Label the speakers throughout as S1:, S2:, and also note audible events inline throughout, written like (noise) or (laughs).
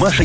S1: Маша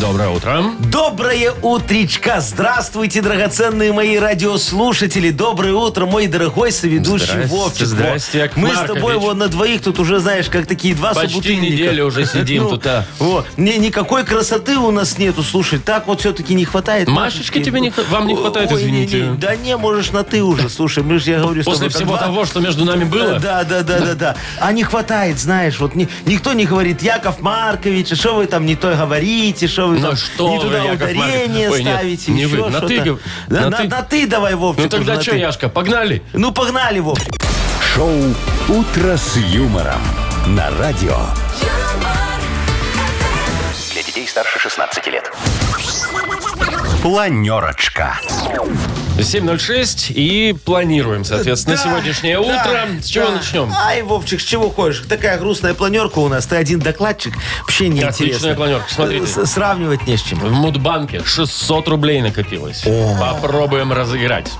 S2: Доброе утро.
S3: Доброе утречка! Здравствуйте, драгоценные мои радиослушатели! Доброе утро, мой дорогой соведущий
S2: Здрасте,
S3: Вовчик. Во.
S2: здрасте, Яков
S3: Мы с
S2: Маркович.
S3: тобой вот на двоих тут уже, знаешь, как такие два
S2: Почти
S3: собутыльника.
S2: неделю уже сидим
S3: (laughs) Ну,
S2: тут, а.
S3: Во. Не, никакой красоты у нас нету, слушай. Так вот все-таки не хватает.
S2: Машечки тебе не хва- вам не хватает,
S3: Ой, не, не,
S2: извините.
S3: Да не, можешь на ты уже, слушай. Мы же, я говорю, с тобой
S2: После
S3: там
S2: всего
S3: два-
S2: того, что между нами было.
S3: Да, да, да, да, да. А не хватает, знаешь, вот ни- никто не говорит, Яков Маркович, что вы там не то говорите, что вы
S2: Ну
S3: там
S2: что
S3: не
S2: вы,
S3: туда
S2: Яков
S3: ударение
S2: Маркович. Ой, нет,
S3: ставите,
S2: не
S3: еще
S2: вы, на
S3: что-то.
S2: ты гов-
S3: Да,
S2: на
S3: на,
S2: ты.
S3: на ты давай, Вовчик.
S2: Ну
S3: уже
S2: тогда
S3: на
S2: что,
S3: ты.
S2: Яшка, погнали.
S3: Ну погнали, Вовчик.
S1: Шоу «Утро с юмором» на радио. Для детей старше 16 лет. Планерочка.
S2: 7.06 и планируем, соответственно,
S3: Да,
S2: сегодняшнее
S3: да,
S2: утро. С чего
S3: да.
S2: начнем?
S3: Ай, Вовчик, с чего хочешь? Такая грустная планерка у нас. Ты один докладчик. Вообще неинтересно.
S2: Отличная планерка, смотрите.
S3: С- Сравнивать не с чем.
S2: В Мудбанке 600 рублей накопилось. Попробуем разыграть.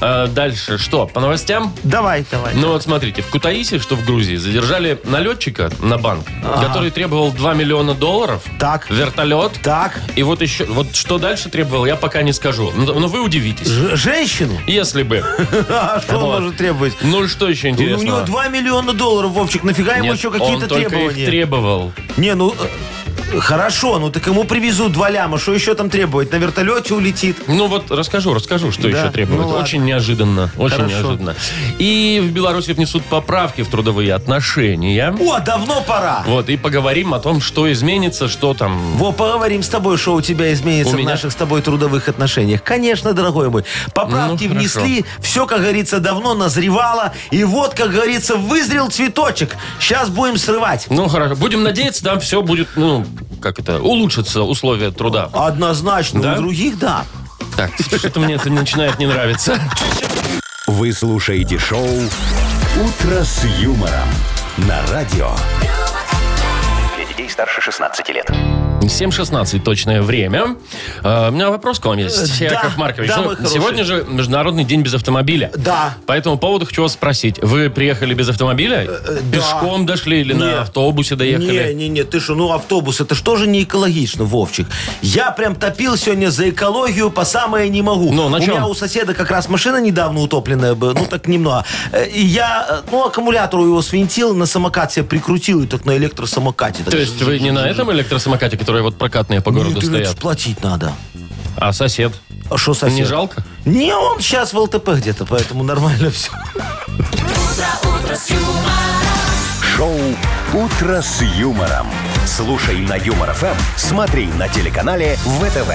S2: Э, Дальше что? По новостям?
S3: Давай, давай.
S2: Ну вот смотрите, в Кутаисе, что в Грузии, задержали налетчика на банк, который требовал 2 миллиона долларов,
S3: Так.
S2: вертолет,
S3: Так.
S2: и вот еще, вот что дальше требовал, я пока не скажу. Но, но вы удивитесь.
S3: Ж- женщину? (laughs)
S2: Если бы.
S3: А что
S2: Вот.
S3: он может требовать?
S2: Ну и что еще
S3: Ну,
S2: интересного?
S3: У него 2 миллиона долларов, Вовчик. Нафига ему
S2: Нет,
S3: еще какие-то
S2: он только их
S3: требования?
S2: требовал.
S3: Не, ну... э, Хорошо, ну так ему привезут два ляма, что еще там требовать? На вертолете улетит.
S2: Ну вот расскажу, расскажу, что
S3: Да,
S2: еще требует.
S3: ну ладно.
S2: очень неожиданно, очень
S3: Хорошо.
S2: неожиданно. И в Беларуси внесут поправки в трудовые отношения.
S3: О, давно пора.
S2: Вот, и поговорим о том, что изменится, что там...
S3: Во, поговорим с тобой, что у тебя изменится
S2: У
S3: в
S2: меня?
S3: наших с тобой трудовых отношениях. Конечно, дорогой мой. Поправки
S2: Ну, хорошо.
S3: внесли, все, как говорится, давно назревало. И вот, как говорится, вызрел цветочек. Сейчас будем срывать.
S2: Ну, хорошо. Будем надеяться, там все будет, ну, как это, улучшатся условия труда.
S3: Однозначно,
S2: Да?
S3: у других да.
S2: Так, что-то мне это начинает не нравиться.
S1: Вы слушаете шоу «Утро с юмором» на радио. Для детей старше 16 лет.
S2: 7.16 точное время. Э, У меня вопрос к вам есть,
S3: Э, да,
S2: Яков Маркович.
S3: да,
S2: Ну,
S3: мой хороший.
S2: сегодня же Международный день без автомобиля.
S3: Да.
S2: По этому поводу хочу вас спросить. Вы приехали без автомобиля?
S3: Э, да.
S2: Пешком дошли или
S3: Нет.
S2: на автобусе доехали?
S3: Не-не-не, ты что, ну автобус, это что же не экологично, Вовчик? Я прям топил сегодня за экологию по самое не могу.
S2: Ну, на
S3: у
S2: чем?
S3: меня у соседа как раз машина недавно утопленная была, ну так немного. Э, И я, э, ну, аккумулятор его свинтил, на самокат себе прикрутил, и так на электросамокате.
S2: То есть вы не на этом электросамокате, которые вот прокатные по городу стоят,
S3: платить надо.
S2: а сосед?
S3: А что сосед?
S2: Не жалко?
S3: Не, он сейчас в ЛТП где-то, поэтому нормально все.
S1: Шоу «Утро с юмором». Слушай на Юмор ФМ, смотри на телеканале ВТВ.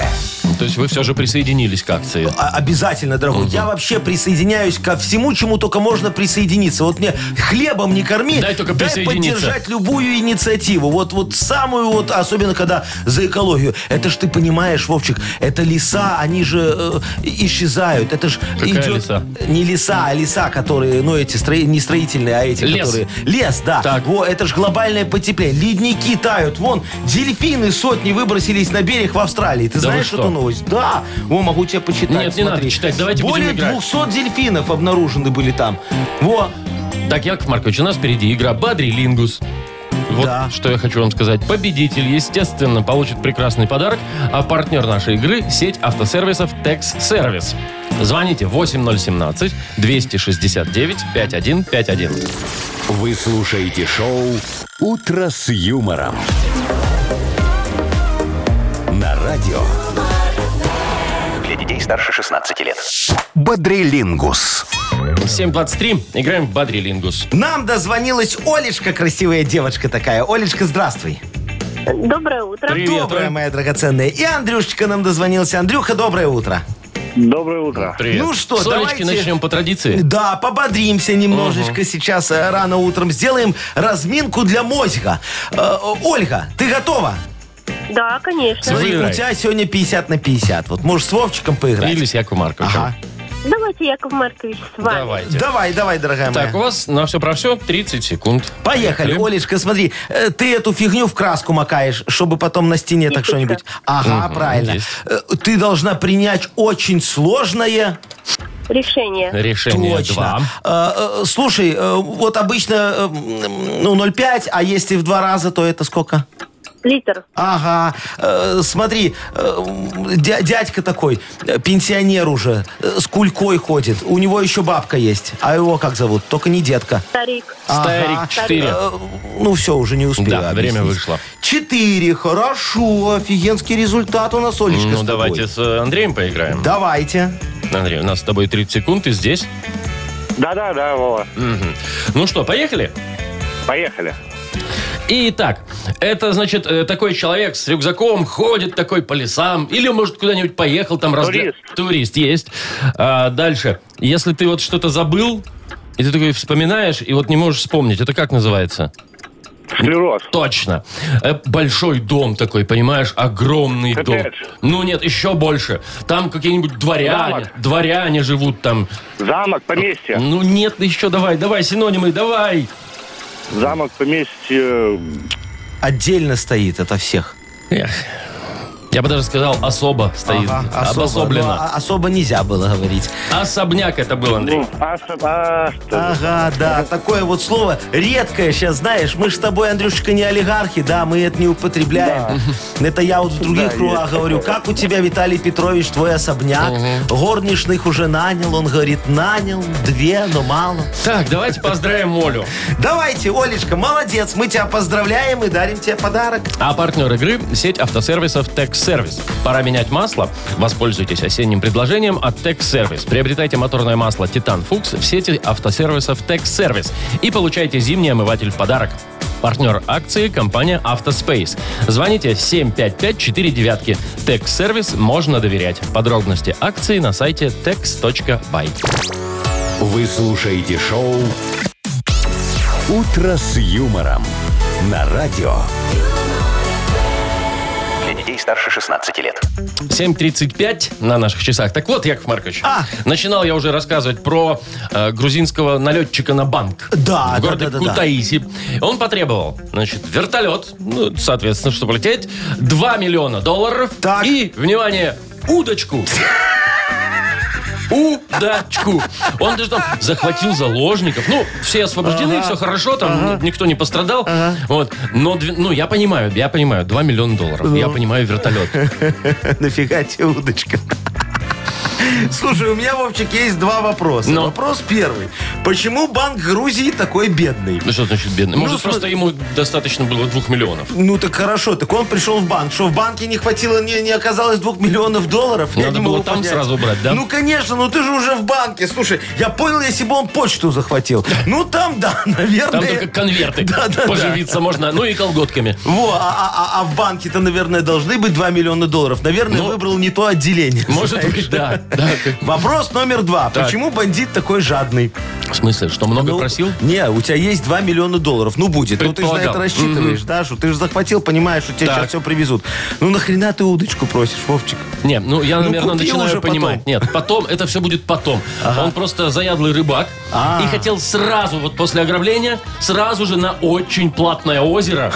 S2: То есть вы все же присоединились к акции?
S3: А- Обязательно, дорогой. Я вообще присоединяюсь ко всему, чему только можно присоединиться. Вот мне хлебом не корми,
S2: Дай только присоединиться.
S3: поддержать любую инициативу. Вот, вот самую вот, особенно когда за экологию. Это ж ты понимаешь, Вовчик, это леса, они же э, исчезают. Это ж
S2: Какая
S3: идет...
S2: леса?
S3: Не леса, а леса, которые, ну эти, строи- не строительные, а эти,
S2: Лес.
S3: которые... Лес, да.
S2: Так.
S3: Во, это ж глобальное потепление. Ледники тают. Вон, дельфины сотни выбросились на берег в Австралии. Ты
S2: Да вы
S3: знаешь
S2: что?
S3: эту новость? Да. Во, могу тебе почитать.
S2: Нет, не надо читать, давайте будем
S3: Более
S2: играть.
S3: 200 дельфинов обнаружены были там. Во,
S2: Так, Яков Маркович, у нас впереди игра «Бадрилингус». Вот
S3: Да.
S2: что я хочу вам сказать. Победитель, естественно, получит прекрасный подарок, а партнер нашей игры – сеть автосервисов «Текс Сервис». Звоните 8017-269-5151.
S1: Вы слушаете шоу «Утро с юмором». На радио. Для детей старше 16 лет. Бодрилингус.
S2: 7.23. Играем в «Бадрилингус».
S3: нам дозвонилась Олечка, красивая девочка такая. Олечка, здравствуй.
S4: Доброе утро.
S2: Привет,
S3: Доброе,
S2: Оль.
S3: моя драгоценная. И Андрюшечка нам дозвонился. Андрюха, доброе утро.
S5: Доброе утро.
S2: Привет.
S3: Ну что,
S2: С Олечки
S3: давайте-
S2: начнем по традиции.
S3: Да, пободримся немножечко сейчас э, рано утром. Сделаем разминку для мозга. Э, э, Ольга, ты готова?
S4: Да, конечно.
S3: Смотри,
S2: Выбирай.
S3: у тебя сегодня 50 на 50. Вот можешь с Вовчиком поиграть.
S2: Или с Яковом Марковичем.
S3: Ага.
S4: Давайте, Яков Маркович, с вами.
S2: Давайте.
S3: Давай, давай, дорогая моя.
S2: Так, у вас на все про все 30 секунд.
S3: Поехали. Олечка, смотри, э, ты эту фигню в краску макаешь, чтобы потом на стене так что-нибудь. Ага, правильно.
S2: есть.
S3: Э, Ты должна принять очень сложное.
S2: Э.
S4: Решение.
S2: Решение 2.
S3: Э, э, Слушай, э, вот обычно э, м, ну, 0,5, а если в два раза, то это сколько?
S4: Литр.
S3: Ага, Э, смотри, э, дя- дядька такой, э, пенсионер уже, э, с кулькой ходит, у него еще бабка есть, а его как зовут? Только не детка.
S4: Старик.
S2: Старик 4.
S3: Э, Ну все, уже не успею.
S2: Да, время
S3: объяснить.
S2: вышло.
S3: Четыре, хорошо, офигенский результат у нас, Олечка, с
S2: Ну,
S3: тобой.
S2: давайте с э, Андреем поиграем.
S3: Давайте.
S2: Андрей, у нас с тобой 30 секунд, ты здесь.
S5: Да-да-да, Вова.
S2: Мгм. Ну что, поехали?
S5: Поехали.
S2: Итак, это, значит, э, такой человек с рюкзаком ходит такой по лесам, или, может, куда-нибудь поехал, там... разгля-
S5: Турист.
S2: Турист, есть. А, дальше. Если ты вот что-то забыл, и ты такой вспоминаешь, и вот не можешь вспомнить, это как называется?
S5: Склероз.
S2: Точно. Э, Большой дом такой, понимаешь, огромный дом.
S5: Коттедж.
S2: Ну нет, еще больше. Там какие-нибудь дворяне,
S5: Замок.
S2: дворяне живут там.
S5: Замок, поместье.
S2: Ну нет, еще давай, давай, синонимы, давай.
S5: Замок, поместье.
S3: Отдельно стоит ото всех.
S2: Эх. Я бы даже сказал, особо стоит,
S3: Ага, особо.
S2: обособленно.
S3: Ну, а- особо нельзя было говорить.
S2: Особняк это был, Андрей.
S5: ну, ас- а, что-
S3: Ага, да, такое вот слово редкое сейчас, знаешь, мы же с тобой, Андрюшечка, не олигархи, да, мы это не употребляем. Это я вот в других кругах говорю, как у тебя, Виталий Петрович, твой особняк, горничных уже нанял, он говорит, нанял, две, но мало.
S2: Так, давайте поздравим Олю.
S3: Давайте, Олечка, молодец, мы тебя поздравляем и дарим тебе подарок.
S2: А партнер игры – сеть автосервисов «Текс-сервис». Пора менять масло? Воспользуйтесь осенним предложением от «Текс-сервис». Приобретайте моторное масло «Титан Фукс» в сети автосервисов «Текс-сервис» и получайте зимний омыватель в подарок. Партнер акции – компания «Автоспейс». Звоните 75549. «Текс-сервис» можно доверять. Подробности акции на сайте tex.by.
S1: Вы слушаете шоу «Утро с юмором» на радио.
S6: Для детей старше 16 лет.
S2: 7.35 на наших часах. Так вот, Яков Маркович,
S3: А.
S2: начинал я уже рассказывать про э, грузинского налетчика на банк.
S3: Да, да,
S2: в городе
S3: да, да, да.
S2: Кутаиси. Он потребовал, значит, вертолет, ну, соответственно, чтобы лететь, 2 миллиона долларов
S3: Так.
S2: и, внимание, удочку. Удочку. Он даже там захватил заложников. Ну, все освобождены, все хорошо, там ни- никто не пострадал. Вот. Но, две- ну, я понимаю, я понимаю, 2 миллиона долларов.
S3: Ну.
S2: Я понимаю вертолет.
S3: (laughs) Нафига тебе удочка? (laughs) Слушай, у меня, Вовчик, есть два вопроса.
S2: Ну.
S3: Вопрос первый. Почему банк Грузии такой бедный?
S2: Ну что значит бедный?
S3: Ну,
S2: Может,
S3: смотри-
S2: просто ему достаточно было двух миллионов.
S3: Ну так хорошо, так он пришел в банк. Что в банке не хватило, не, не оказалось двух миллионов долларов. Я
S2: Надо
S3: не
S2: было
S3: могу
S2: там
S3: понять.
S2: сразу брать, да?
S3: Ну конечно, ну ты же уже в банке. Слушай, я понял, если бы он почту захватил. Ну там, да, (laughs) наверное.
S2: Там
S3: (laughs)
S2: только конверты
S3: Да, да, да.
S2: поживиться можно, ну и колготками.
S3: Во, а, а- а- а в банке-то, наверное, должны быть 2 миллиона долларов. Наверное,
S2: Ну,
S3: выбрал не то отделение.
S2: Может
S3: знаешь.
S2: быть, да. да.
S3: Вопрос номер два.
S2: Так.
S3: Почему бандит такой жадный?
S2: В смысле, что много
S3: Ну,
S2: просил?
S3: Не, у тебя есть 2 миллиона долларов. Ну, будет. Ну, ты же на это
S2: Предполагал.
S3: рассчитываешь, да, что Ты же захватил, понимаешь, что тебе
S2: Так.
S3: сейчас все привезут. Ну, нахрена ты удочку просишь, Вовчик?
S2: Не, ну я,
S3: Ну,
S2: наверное,
S3: купи
S2: начинаю
S3: уже потом.
S2: понимать. Нет, потом, это все будет потом. Он просто заядлый рыбак
S3: А.
S2: и хотел сразу, вот после ограбления, сразу же на очень
S3: (laughs)
S2: платное озеро,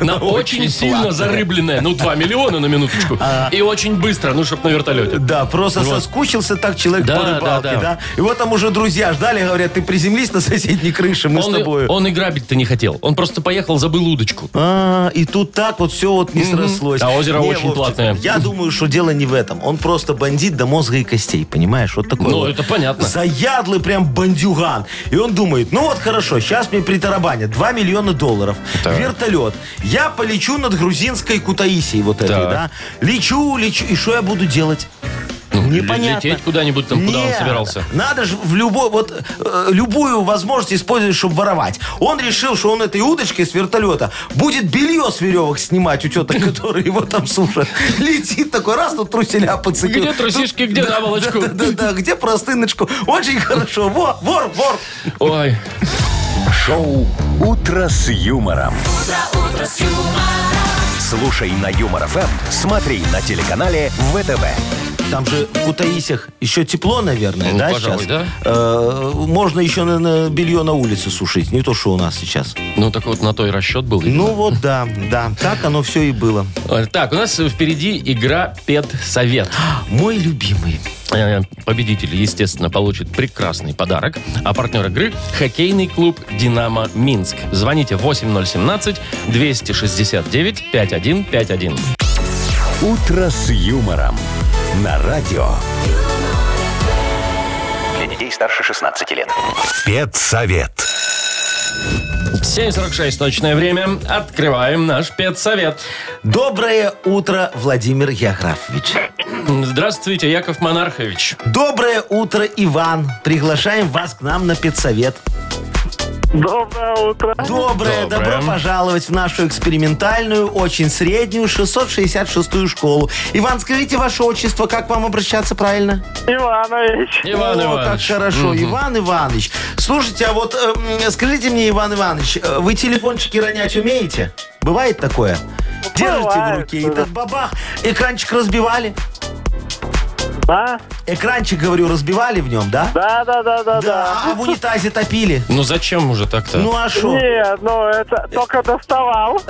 S2: на очень сильно зарыбленное, ну 2 миллиона на минуточку,
S3: А.
S2: и очень быстро, ну, чтоб на вертолете.
S3: Да, просто соскучился так человек
S2: Да,
S3: по рыбалке,
S2: да,
S3: да,
S2: да.
S3: И вот там уже друзья ждали, говорят, ты приземлись на соседней крыше, мы с
S2: Он и-
S3: тобой.
S2: он и грабить-то не хотел. Он просто поехал, забыл удочку.
S3: А, и тут так вот все вот не срослось.
S2: А озеро
S3: Не,
S2: очень
S3: Вовчик,
S2: платное.
S3: Я думаю, что дело не в этом. Он просто бандит до мозга и костей, понимаешь? Вот такой
S2: Ну,
S3: вот.
S2: это понятно.
S3: Заядлый прям бандюган. И он думает, ну вот хорошо, сейчас мне притарабанят 2 миллиона долларов. Вертолет. Я полечу над грузинской Кутаисией вот этой,
S2: Так.
S3: да? Лечу, лечу. И что я буду делать?
S2: Ну,
S3: Непонятно.
S2: Лететь куда-нибудь там, куда он
S3: Нет,
S2: собирался.
S3: Надо же в любой, вот, э, любую возможность использовать, чтобы воровать. Он решил, что он этой удочкой с вертолета будет белье с веревок снимать у теток, (laughs) которые его там сушат. Летит такой раз, тут труселя подцепил.
S2: Где трусишки, где наволочку?
S3: Да-да-да, где простыночку. Очень хорошо. Во, вор, вор.
S2: Ой,
S1: Шоу «Утро с юмором». Слушай на Юмор ФМ, смотри на телеканале ВТВ.
S3: Там же в Кутаисях еще тепло, наверное,
S2: Ну,
S3: да,
S2: пожалуй,
S3: сейчас?
S2: да.
S3: Э, можно еще на, на белье на улице сушить, не то, что у нас сейчас.
S2: Ну, так вот на то и расчет был. видимо.
S3: Ну вот, да, да, так оно все и было.
S2: Э, Так, у нас впереди игра «Педсовет».
S3: Мой любимый.
S2: Э, Победитель, естественно, получит прекрасный подарок. А партнер игры – хоккейный клуб «Динамо Минск». Звоните 8017-269-5151.
S1: «Утро с юмором» на радио.
S6: Для детей старше 16 лет.
S1: Спецсовет.
S2: 7.46 точное время. Открываем наш «Педсовет».
S3: Доброе утро, Владимир Яграфович.
S2: Здравствуйте, Яков Монархович.
S3: Доброе утро, Иван. Приглашаем вас к нам на педсовет.
S5: Доброе утро.
S3: Доброе,
S2: Доброе.
S3: добро пожаловать в нашу экспериментальную, очень среднюю, 666-ю школу. Иван, скажите ваше отчество, как вам обращаться правильно?
S5: Иванович.
S2: Иван
S3: О, как
S2: Иванович.
S3: хорошо. Иван Иванович. Слушайте, а вот эм, скажите мне, Иван Иванович, э, вы телефончики ронять умеете? Бывает такое? Держите в
S5: бывает,
S3: руке, и
S5: да.
S3: так бабах, экранчик разбивали.
S5: Да,
S3: Экранчик, говорю, разбивали в нем, да?
S5: да, да, да, да.
S3: а в унитазе топили.
S2: Ну зачем уже так-то?
S3: Ну а что?
S5: Не, ну это
S3: (laughs)
S5: только доставал.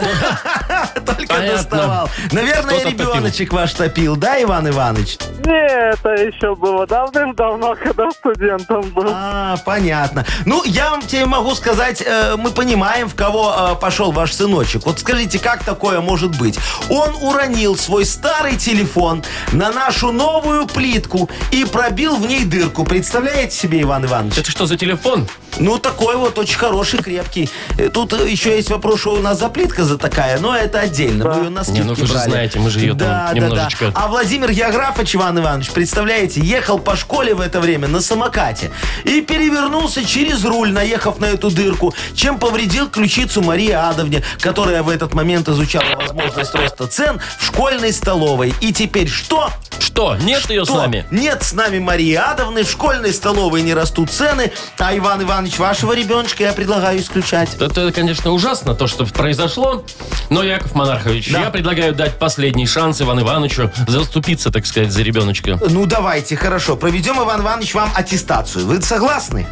S3: Только
S2: понятно.
S3: доставал. Наверное,
S2: Кто-то топил.
S3: ребеночек ваш топил, да, Иван Иванович?
S5: Не, это еще было давным-давно, когда студентом был.
S3: А, понятно. Ну, я вам тебе могу сказать, э, мы понимаем, в кого э, пошел ваш сыночек. Вот скажите, как такое может быть? Он уронил свой старый телефон на нашу новую плитку и пробил в ней дырку. Представляете себе, Иван Иванович?
S2: Это что за телефон?
S3: Ну, такой вот очень хороший, крепкий. Э, Тут э, еще есть вопрос, что у нас за плитка за такая, но это отдельно. Мы ее на скидке
S2: ну вы же
S3: брали.
S2: знаете, мы же ее там немножечко-
S3: А Владимир Яграфович, Иван Иванович, представляете, ехал по школе в это время на самокате и перевернулся через руль, наехав на эту дырку, чем повредил ключицу Марии Адовне, которая в этот момент изучала возможность роста цен в школьной столовой. И теперь что?
S2: Что? Нет ее с
S3: Что?
S2: нами?
S3: Нет с нами Марии Адовны, в школьной столовой не растут цены, а Иван Иванович, вашего ребеночка я предлагаю исключать.
S2: Это, конечно, ужасно, то, что произошло. Но, Яков Монархович, я предлагаю дать последний шанс Ивану Ивановичу заступиться, так сказать, за ребеночка.
S3: Ну, давайте, хорошо, проведем, Иван Иванович, вам аттестацию. Вы согласны?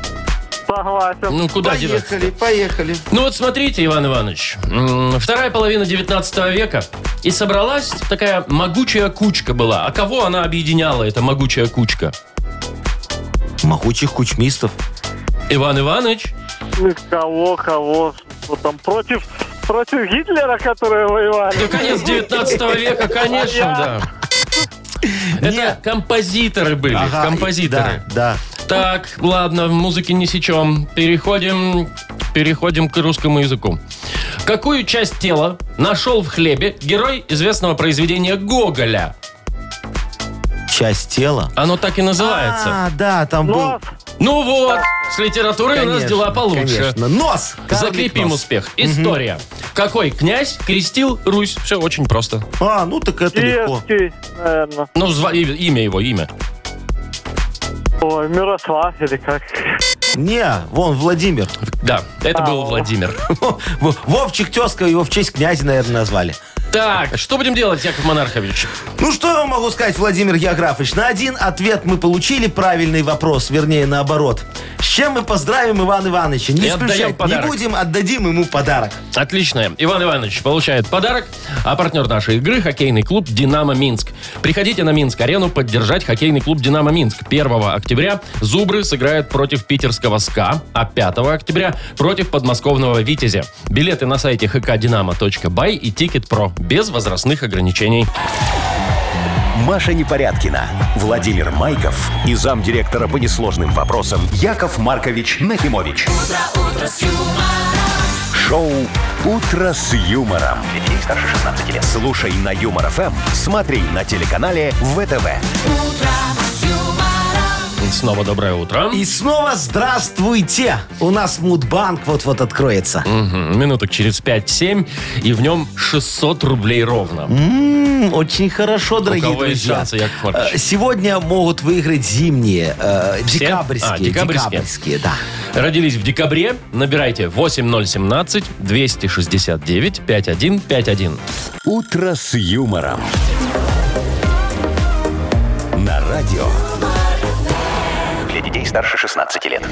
S5: Согласен.
S2: Ну, куда деваться?
S3: поехали, поехали.
S2: Ну вот смотрите, Иван Иванович, м, вторая половина 19 века, и собралась такая могучая кучка была. А кого она объединяла, эта могучая кучка?
S3: Могучих кучмистов.
S2: Иван Иванович?
S5: Ну, Кого, кого? Что там против? Против Гитлера, которые воевали?
S2: Да конец 19 века, конечно, да. Это
S3: Нет.
S2: композиторы были,
S3: Ага,
S2: композиторы.
S3: Да, да.
S2: Так, ладно, музыки не сечем. Переходим, переходим к русскому языку. Какую часть тела нашел в хлебе герой известного произведения Гоголя?
S3: Часть тела.
S2: Оно так и называется.
S3: А, да, там был...
S5: Нос.
S2: Ну вот, с литературой у нас
S3: Конечно,
S2: дела получше.
S3: конечно. Нос! Карлик
S2: Закрепим
S3: нос.
S2: успех. История. Какой князь крестил Русь? Все очень просто.
S3: А, ну так это легко.
S5: Киевский, наверное.
S2: Ну, зва- и- имя его, имя.
S5: Ой, Мирослав или как?
S3: Не, вон, Владимир. (laughs)
S2: Да, это был
S5: Ау.
S2: Владимир.
S3: Вовчик Тезка, его в честь князя, наверное, назвали.
S2: Так, что будем делать, Яков Монархович?
S3: Ну что я вам могу сказать, Владимир Яграфович? На один ответ мы получили правильный вопрос, вернее, наоборот. С чем мы поздравим Ивана Ивановича? Не
S2: И отдаем
S3: исключать, не
S2: подарок.
S3: будем, отдадим ему подарок.
S2: Отлично. Иван Иванович получает подарок, а партнер нашей игры – хоккейный клуб «Динамо Минск». Приходите на Минск-арену поддержать хоккейный клуб «Динамо Минск». 1 октября «Зубры» сыграют против питерского «СКА», а 5 октября – против подмосковного «Витязя». Билеты на сайте hkdinamo.by и «Тикет.Про» без возрастных ограничений.
S1: Маша Непорядкина, Владимир Майков и замдиректора по несложным вопросам Яков Маркович Нахимович. Шоу Утро с юмором.
S6: Для детей старше 16 лет.
S1: Слушай на юмор ФМ, смотри на телеканале ВТВ.
S2: Снова доброе утро.
S3: И снова здравствуйте! У нас Мудбанк вот-вот откроется.
S2: Мгм. Минуток через 5-7, и в нем 600 рублей ровно.
S3: М, Очень хорошо, дорогие
S2: кого есть
S3: друзья.
S2: шансы, Яков Маркович?
S3: Э, Сегодня могут выиграть зимние, э, декабрьские,
S2: А, декабрьские.
S3: декабрьские, да.
S2: Родились в декабре. Набирайте 8017 269 5151.
S1: Утро с юмором. На радио.
S6: Для детей старше 16 лет.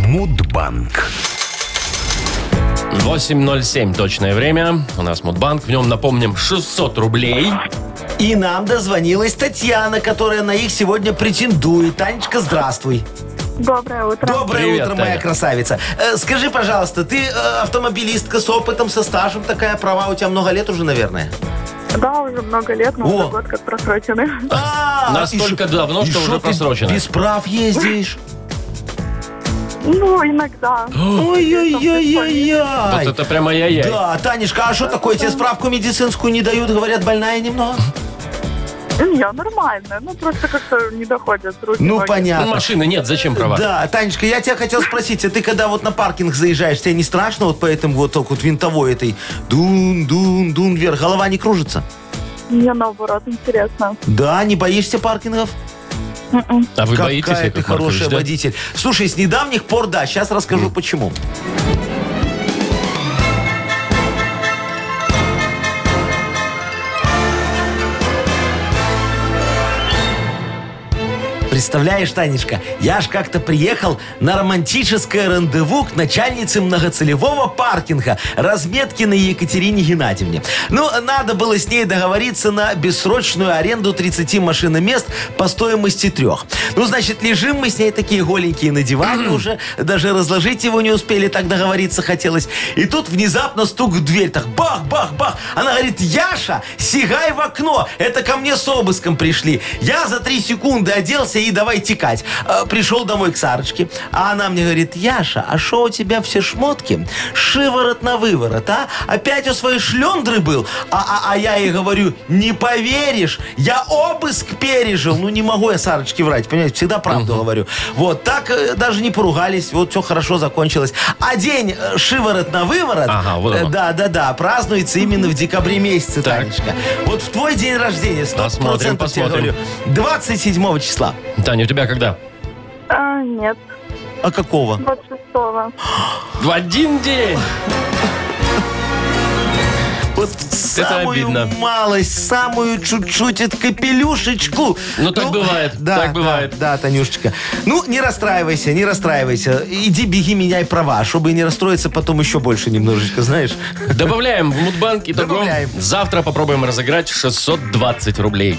S1: Мудбанк.
S2: 8.07 точное время. У нас Мудбанк. В нем, напомним, 600 рублей.
S3: И нам дозвонилась Татьяна, которая на их сегодня претендует. Танечка, здравствуй.
S4: Доброе утро.
S3: Доброе
S2: Привет,
S3: утро, моя
S2: Таня.
S3: красавица. Э, скажи, пожалуйста, ты э, автомобилистка с опытом, со стажем, такая права у тебя много лет уже, наверное?
S7: Да, уже много лет, но
S3: О.
S7: уже год как просрочены.
S3: А,
S2: Настолько
S3: и шо-
S2: давно,
S3: и шо
S2: что уже
S3: ты
S2: просрочено.
S3: Без прав
S2: (gasps)
S3: ездишь.
S7: (laughs) Ну, иногда.
S2: Вот
S3: Ой-ой-ой-ой-ой.
S2: это прямо я-я.
S3: Да, Танечка, а что такое? Тебе справку медицинскую не дают, говорят, больная немного?
S2: (laughs)
S7: Я нормальная, ну просто как-то не доходят руки.
S3: Ну,
S7: ноги.
S2: Ну,
S3: понятно.
S2: машины нет, зачем права?
S3: Да, Танечка, я тебя хотел спросить, а ты когда вот на паркинг заезжаешь, тебе не страшно вот по этому вот так вот винтовой этой дун-дун-дун вверх, голова не кружится?
S7: Мне наоборот интересно.
S3: Да, не боишься паркингов?
S7: М-м.
S2: А вы
S3: Какая
S2: боитесь,
S3: ты
S2: Яков Маркович,
S3: хорошая
S2: да?
S3: водитель. Слушай, с недавних пор, да, сейчас расскажу почему. Представляешь, Танечка, я ж как-то приехал на романтическое рандеву к начальнице многоцелевого паркинга, разметкиной Екатерине Геннадьевне. Ну, надо было с ней договориться на бессрочную аренду 30 машиномест по стоимости трех. Ну, значит, лежим мы с ней такие голенькие на диване уже, даже разложить его не успели, так договориться хотелось. И тут внезапно стук в дверь, так бах-бах-бах. Она говорит, Яша, сигай в окно, это ко мне с обыском пришли. Я за три секунды оделся и давай текать. Э, Пришел домой к Сарочке, а она мне говорит, Яша, а шо у тебя все шмотки? Шиворот на выворот, а? Опять у своей шлендры был? А, а, а я ей говорю, не поверишь, я обыск пережил. Ну, не могу я Сарочке врать, понимаете, всегда правду говорю. Вот, так э, даже не поругались, вот все хорошо закончилось. А день э, шиворот на выворот,
S2: Ага, вот
S3: э,
S2: оно.
S3: да, да, да, празднуется именно в декабре месяце,
S2: Так.
S3: Танечка. Вот в твой день рождения, 100%
S2: Посмотрим,
S3: тебе
S2: посмотрим.
S3: говорю, 27 числа.
S2: Таня, у тебя когда?
S7: А, нет,
S3: А какого?
S7: 26-го.
S2: В один день!
S3: Вот самую
S2: обидно.
S3: малость, самую чуть-чуть от капелюшечку.
S2: Ну, так бывает, так бывает.
S3: Да, Танюшечка. Ну, не расстраивайся, не расстраивайся. Иди, беги, меняй права, чтобы не расстроиться потом еще больше немножечко, знаешь.
S2: Добавляем в Мудбанк и итого
S3: Добавляем.
S2: завтра попробуем разыграть 620 рублей.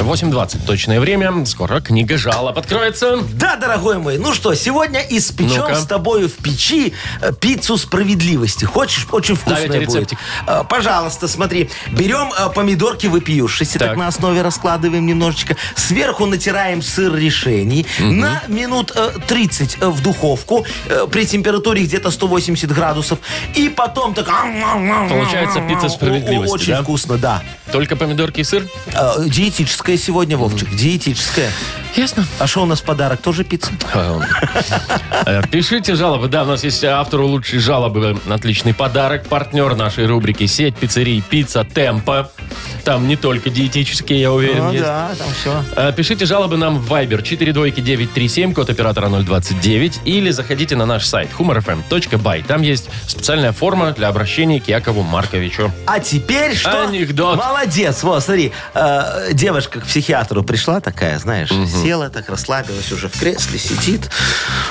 S2: 8.20 точное время. Скоро книга жалоб откроется.
S3: Да, дорогой мой, ну что, сегодня испечем
S2: Ну-ка.
S3: с тобою в печи э, пиццу справедливости. Хочешь? Очень вкусная
S2: Давайте
S3: будет.
S2: рецептик.
S3: Э, пожалуйста, смотри. Берем э, помидорки выпиющиеся, так.
S2: Так.
S3: на основе раскладываем немножечко. Сверху натираем сыр решений на минут э, 30 э, в духовку э, при температуре где-то 180 градусов. И потом так...
S2: Получается пицца справедливости,
S3: О, Очень
S2: да?
S3: вкусно, да.
S2: Только помидорки и сыр?
S3: Э, диетическая сегодня, Вовчик, диетическая.
S2: Ясно.
S3: А что у нас в подарок? Тоже пицца?
S2: Эм, Э, Пишите жалобы. Да, у нас есть автору лучшей жалобы. Отличный подарок. Партнер нашей рубрики «Сеть пиццерий Пицца Темпа». Там не только диетические, я уверен,
S3: Ну
S2: есть.
S3: да, там все.
S2: Э, Пишите жалобы нам в Viber 42937, код оператора 029, или заходите на наш сайт humorfm.by. Там есть специальная форма для обращения к Якову Марковичу.
S3: А теперь что?
S2: Анекдот.
S3: Молодец. Вот, смотри, э, девушка к психиатру пришла такая, знаешь, села так, расслабилась уже в кресле, сидит.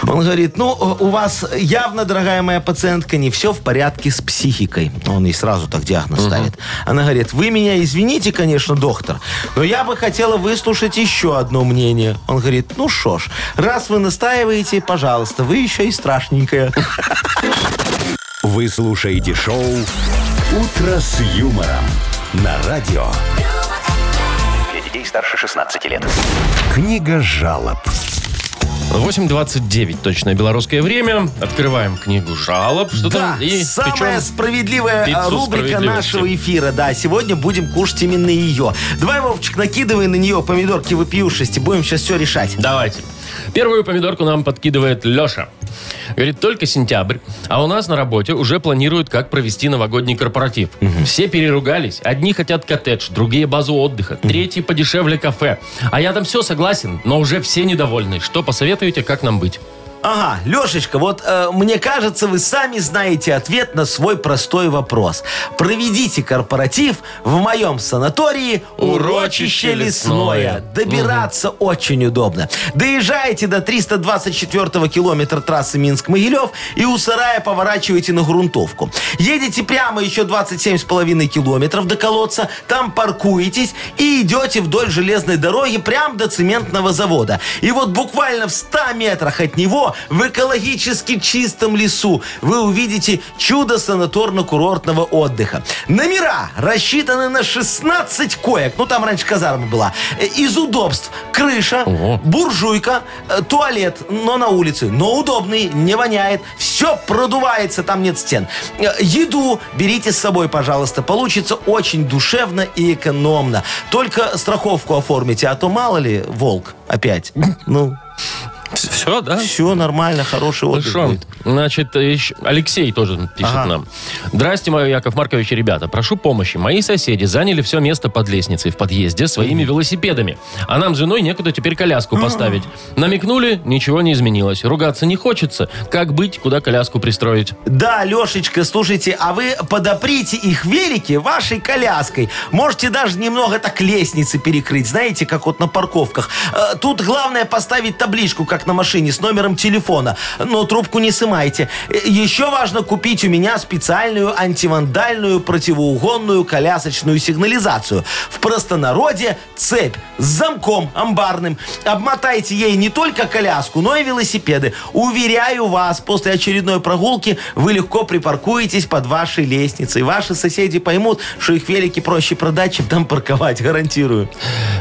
S3: Он говорит, ну, э, у вас явно, дорогая моя пациентка, не все в порядке с психикой. Он ей сразу так диагноз ставит. Она говорит, вы меня извините, конечно, доктор, но я бы хотела выслушать еще одно мнение. Он говорит, ну что ж, раз вы настаиваете, пожалуйста, вы еще и страшненькая.
S1: Вы слушаете шоу «Утро с юмором» на радио.
S6: Для детей старше 16 лет.
S1: Книга жалоб.
S2: 8.29 точное белорусское время. Открываем книгу жалоб. Что
S3: Ну Да,
S2: там? И
S3: самая
S2: печем-
S3: справедливая
S2: пиццу
S3: э, рубрика
S2: справедливости.
S3: нашего эфира. Да, сегодня будем кушать именно ее. Давай, Вовчик, накидывай на нее помидорки вопиюшести. Будем сейчас все решать.
S2: Давайте. Первую помидорку нам подкидывает Леша. Говорит, только сентябрь, а у нас на работе уже планируют, как провести новогодний корпоратив. Все переругались. Одни хотят коттедж, другие базу отдыха, третьи подешевле кафе. А я там все согласен, но уже все недовольны. Что посоветуете, как нам быть?
S3: Ага, Лешечка, вот э, мне кажется, вы сами знаете ответ на свой простой вопрос. Проведите корпоратив в моем санатории
S2: Урочище
S3: «Урочище
S2: лесное».
S3: лесное». Добираться очень удобно. Доезжаете до 324 километра трассы Минск-Могилев и у сарая поворачиваете на грунтовку. Едете прямо еще 27,5 километров до колодца, там паркуетесь и идете вдоль железной дороги прямо до цементного завода. И вот буквально в 100 метрах от него, в экологически чистом лесу, вы увидите чудо санаторно-курортного отдыха. Номера рассчитаны на 16 коек. Ну, там раньше казарма была. Э, Из удобств. Крыша,
S2: Ого.
S3: буржуйка, э, туалет, но на улице. Но удобный, не воняет. Все продувается, там нет стен. Э, Еду берите с собой, пожалуйста. Получится очень душевно и экономно. Только страховку оформите, а то мало ли волк опять. Ну,
S2: Все, да?
S3: все нормально, хороший отдых
S2: Хорошо.
S3: будет.
S2: Значит, ещё- Алексей тоже пишет
S3: Ага.
S2: нам. Здрасте, мой Яков Маркович и ребята. Прошу помощи. Мои соседи заняли все место под лестницей в подъезде своими велосипедами. А нам с женой некуда теперь коляску
S3: (gasps)
S2: поставить. Намекнули, ничего не изменилось. Ругаться не хочется. Как быть, куда коляску пристроить?
S3: Да, Лешечка, слушайте, а вы подоприте их велики вашей коляской. Можете даже немного так лестницы перекрыть, знаете, как вот на парковках. Э, Тут главное поставить табличку, как на машине, с номером телефона. Но трубку не сымайте. Э, Еще важно купить у меня специальную антивандальную противоугонную колясочную сигнализацию. В простонародье цепь с замком амбарным. Обмотайте ей не только коляску, но и велосипеды. Уверяю вас, после очередной прогулки вы легко припаркуетесь под вашей лестницей. Ваши соседи поймут, что их велики проще продать, чем там парковать, (laughs) гарантирую.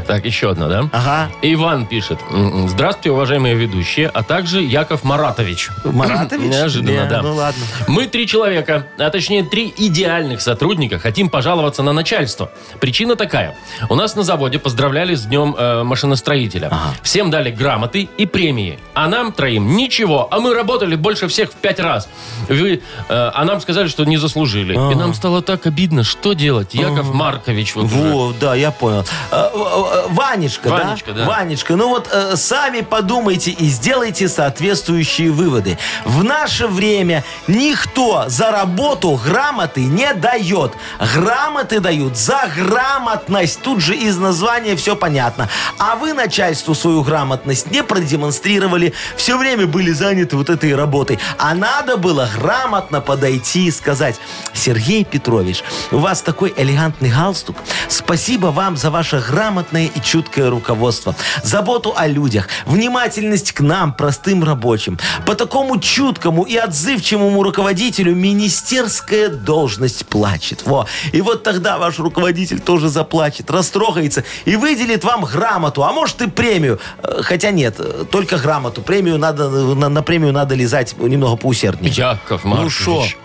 S2: Так, еще одна, да?
S3: Ага.
S2: Иван пишет. М, м, Здравствуйте, уважаемые ведущие, а также Яков Маратович.
S3: Маратович?
S2: Неожиданно,
S3: Не,
S2: да.
S3: Ну ладно.
S2: Мы три человека, а точнее три идеальных сотрудника, хотим пожаловаться на начальство. Причина такая. У нас на заводе поздравляли с днем э, машиностроителя. Всем дали грамоты и премии. А нам троим ничего. А мы работали больше всех в пять раз. Вы, э, а нам сказали, что не заслужили.
S3: А.
S2: И нам стало так обидно. Что делать? Яков Маркович вот уже.
S3: Во, да, я понял. Э, э, э, Ванечка,
S2: Ванечка, да.
S3: да? Ванечка, ну вот э, сами подумайте и сделайте соответствующие выводы. В наше время никто за работу грамоты не дает. Грамоты дают за грамотность. Тут же из названия все понятно. А вы начальству свою грамотность не продемонстрировали. Все время были заняты вот этой работой. А надо было грамотно подойти и сказать, Сергей Петрович, у вас такой элегантный галстук. Спасибо вам за ваше грамотное и чуткое руководство, заботу о людях, внимательность к нам, простым рабочим. По такому чуткому и отзывчивому руководителю министерская должность плачет. Во. И вот тогда ваш руководитель тоже заплачет, растрогается и выделит вам грамоту, а может и премию. Э, Хотя нет, э, только грамоту. Премию надо, э, на, на премию надо лизать немного поусерднее.
S2: Яков
S3: Ну шо?
S2: Маркович.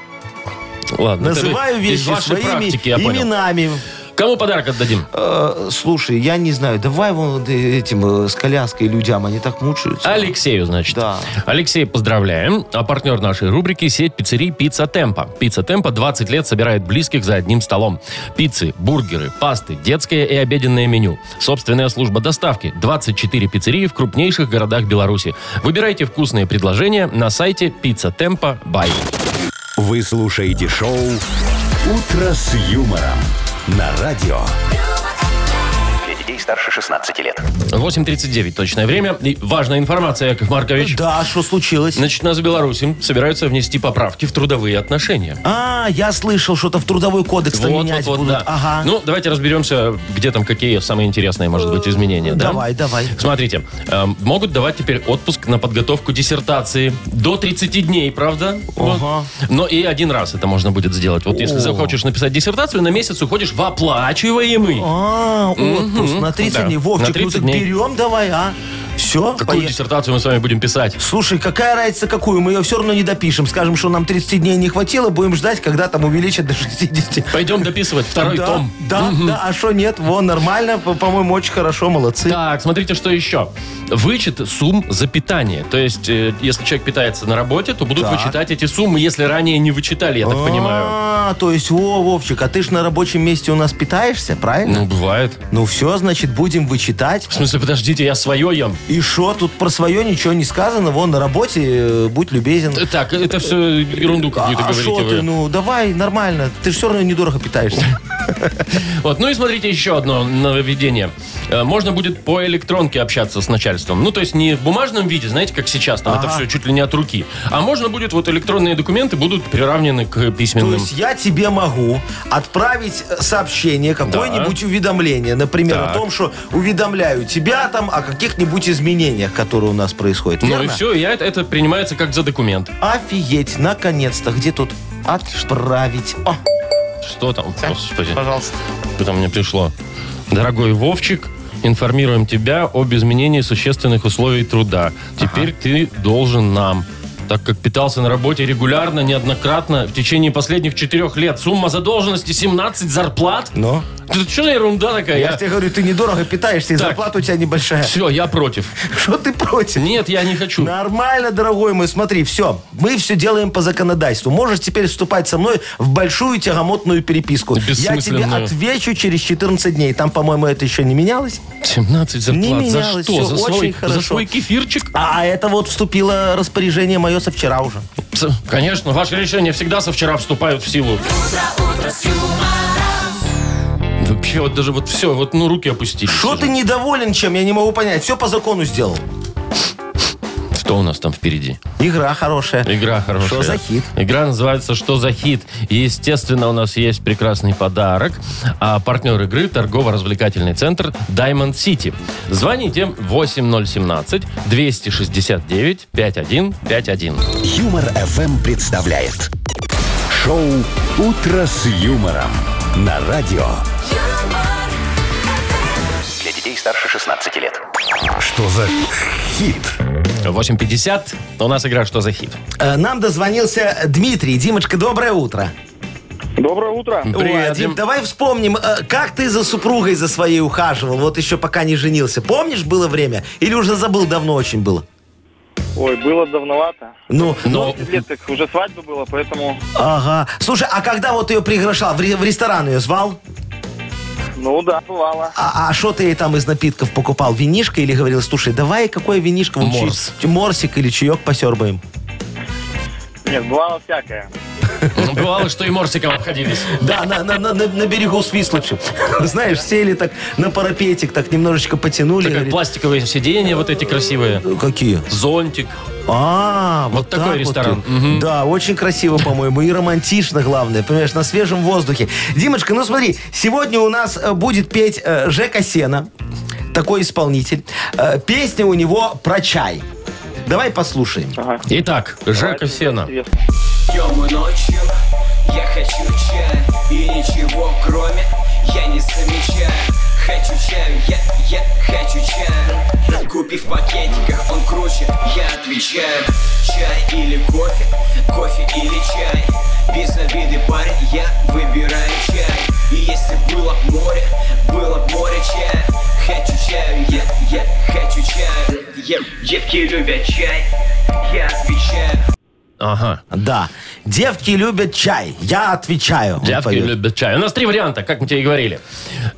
S2: Ладно, это вы
S3: Называю
S2: из
S3: вещи
S2: вашей
S3: своими
S2: практики, я понял.
S3: именами.
S2: Кому подарок отдадим?
S3: Э, слушай, я не знаю, давай вон э, этим э, с коляской людям, они так мучаются.
S2: Алексею, значит.
S3: Да.
S2: Алексей, поздравляем. А партнер нашей рубрики – сеть пиццерий «Пицца Темпа». «Пицца Темпа» 20 лет собирает близких за одним столом. Пиццы, бургеры, пасты, детское и обеденное меню. Собственная служба доставки. 24 пиццерии в крупнейших городах Беларуси. Выбирайте вкусные предложения на сайте «Пицца Темпа Бай».
S1: Вы слушаете шоу «Утро с юмором» на радио.
S6: Для детей старше 16 лет.
S2: 8.39 точное время. И важная информация, Яков Маркович.
S3: Да, что случилось?
S2: Значит, нас в Беларуси собираются внести поправки в трудовые отношения.
S3: А, я слышал, что-то в трудовой кодекс там
S2: Вот,
S3: менять
S2: вот, вот,
S3: будут.
S2: да.
S3: Ага.
S2: Ну, давайте разберемся, где там какие самые интересные, может быть, изменения. да?
S3: давай, давай.
S2: Смотрите, эм, могут давать теперь отпуск на подготовку диссертации до 30 дней, правда? Вот.
S3: Ага.
S2: Но и один раз это можно будет сделать. Вот если
S3: О.
S2: захочешь написать диссертацию, на месяц уходишь в оплачиваемый.
S3: А, отпуск
S2: Мгм,
S3: на 30
S2: да.
S3: дней. Вовчик,
S2: На 30
S3: ну так
S2: дней.
S3: берем давай, а? Все,
S2: Какую диссертацию мы с вами будем писать?
S3: Слушай, какая разница какую? Мы ее все равно не допишем. Скажем, что нам 30 дней не хватило, будем ждать, когда там увеличат до 60.
S2: Пойдем дописывать второй
S3: да,
S2: том.
S3: Да, да, а что нет? Вон, нормально, по- по-моему, очень хорошо, молодцы.
S2: Так, смотрите, что еще. Вычет сумм за питание. То есть, э, если человек питается на работе, то будут
S3: Так.
S2: вычитать эти суммы, если ранее не вычитали, я так понимаю.
S3: А, то есть, о, Вовчик, а ты ж на рабочем месте у нас питаешься, правильно?
S2: Ну, бывает.
S3: Ну все, значит, будем вычитать.
S2: В смысле, подождите, я свое ем.
S3: И что, тут про свое ничего не сказано, вон на работе, э, будь любезен.
S2: Так, это все ерунду какую-то
S3: а
S2: говорите
S3: что
S2: вы.
S3: ты, ну давай, нормально, ты все равно недорого питаешься.
S2: (laughs) Вот, ну и смотрите еще одно нововведение. Э, Можно будет по электронке общаться с начальством. Ну, то есть не в бумажном виде, знаете, как сейчас, там это все чуть ли не от руки. А можно будет, вот электронные документы будут приравнены к
S3: То
S2: письменным.
S3: есть я тебе могу отправить э, сообщение, какое-нибудь уведомление, например,
S2: Так.
S3: о том, что уведомляю тебя там о каких-нибудь изменениях, которые у нас происходят.
S2: Ну и
S3: Верно?
S2: все, и я, это- это принимается как за документ.
S3: Офигеть, наконец-то, где тут отправить? О,
S2: Что там? Господи,
S8: Пожалуйста.
S2: что там мне пришло? Дорогой Вовчик, информируем тебя об изменении существенных условий труда. Теперь ты должен нам так как питался на работе регулярно, неоднократно, в течение последних четырех лет. Сумма задолженности 17 зарплат?
S3: ну?
S2: Тут что за ерунда такая?
S3: Я же тебе говорю, ты недорого питаешься, и
S2: Так.
S3: зарплата у тебя
S2: (laughs)
S3: небольшая.
S2: Все, я против.
S3: Что ты против?
S2: Нет, я не хочу.
S3: Нормально, дорогой мой, смотри, все. Мы все делаем по законодательству. Можешь теперь вступать со мной в большую тягомотную переписку. Я тебе
S2: Бессмысленную.
S3: отвечу через 14 дней. Там, по-моему, это еще не менялось.
S2: 17 зарплат.
S3: Не
S2: за
S3: менялось,
S2: что?
S3: всё
S2: За свой,
S3: очень
S2: за
S3: хорошо.
S2: свой кефирчик?
S3: А это вот вступило распоряжение мое со вчера уже.
S2: Ц- Конечно, ваши решения всегда со вчера вступают в силу. Вообще, вот даже вот все, вот ну руки опустили.
S3: Что ты недоволен чем? Я не могу понять. Все по закону сделал.
S2: Что у нас там впереди?
S3: Игра хорошая.
S2: Игра хорошая.
S3: Что за хит?
S2: Игра называется «Что за хит?». И, естественно, у нас есть прекрасный подарок. А партнер игры – торгово-развлекательный центр Diamond City. Звоните 8017-269-5151.
S1: Юмор FM представляет шоу Утро с юмором на радио.
S6: Для детей старше 16 лет.
S1: Что за хит?
S2: 8.50. У нас игра «Что за
S3: (laughs)
S2: хит?».
S3: Э, Нам дозвонился Дмитрий. Димочка, доброе утро.
S5: Доброе утро.
S2: Привет,
S3: О, Дим,
S2: Дим.
S3: давай вспомним, э, как ты за супругой за своей ухаживал, вот еще пока не женился. Помнишь, было время? Или уже забыл, давно очень было?
S5: Ой, было давновато.
S3: Ну,
S2: Но
S5: Лет так уже свадьба была, поэтому,
S3: ага. Слушай, а когда вот ее приглашал, в, ре- в ресторан ее звал?
S5: ну да, бывало.
S3: А что ты ей там из напитков покупал? Винишко или говорил, слушай, давай какое винишко? Вот
S2: Морс.
S3: чи- Морсик или чаек посербаем?
S5: Нет, бывало всякое.
S2: Ну, бывало, что и морсиком обходились.
S3: Да, на, на- на- на- на берегу Свислочи. (laughs) Знаешь, сели так на парапетик, так немножечко потянули.
S2: Такое
S3: говорит,
S2: пластиковые сиденья вот эти красивые.
S3: «Ну, Какие?
S2: Зонтик.
S3: А, вот,
S2: Вот такой
S3: так
S2: ресторан.
S3: ты. Да, очень красиво, по-моему, и романтично, главное, понимаешь, на свежем воздухе. Димочка, ну смотри, сегодня у нас э, будет петь э, Жека Сена, такой исполнитель. Э, Песня у него про чай. Давай послушаем.
S2: Итак, Жека
S3: А.
S2: Сена.
S9: Днем и ночью я хочу чая И ничего кроме я не замечаю Хочу чаю, я, я хочу чаю Купи в пакетиках, он круче, я отвечаю Чай или кофе, кофе или чай Без обиды, парень, я выбираю чай И если было б море, было б море чая Хочу чаю, я, я хочу чаю Ем, Девки любят чай, я отвечаю
S2: Ага.
S3: Да. Девки любят чай. Я отвечаю. он
S2: Девки
S3: поет.
S2: любят чай. У нас три варианта, как мы тебе и говорили.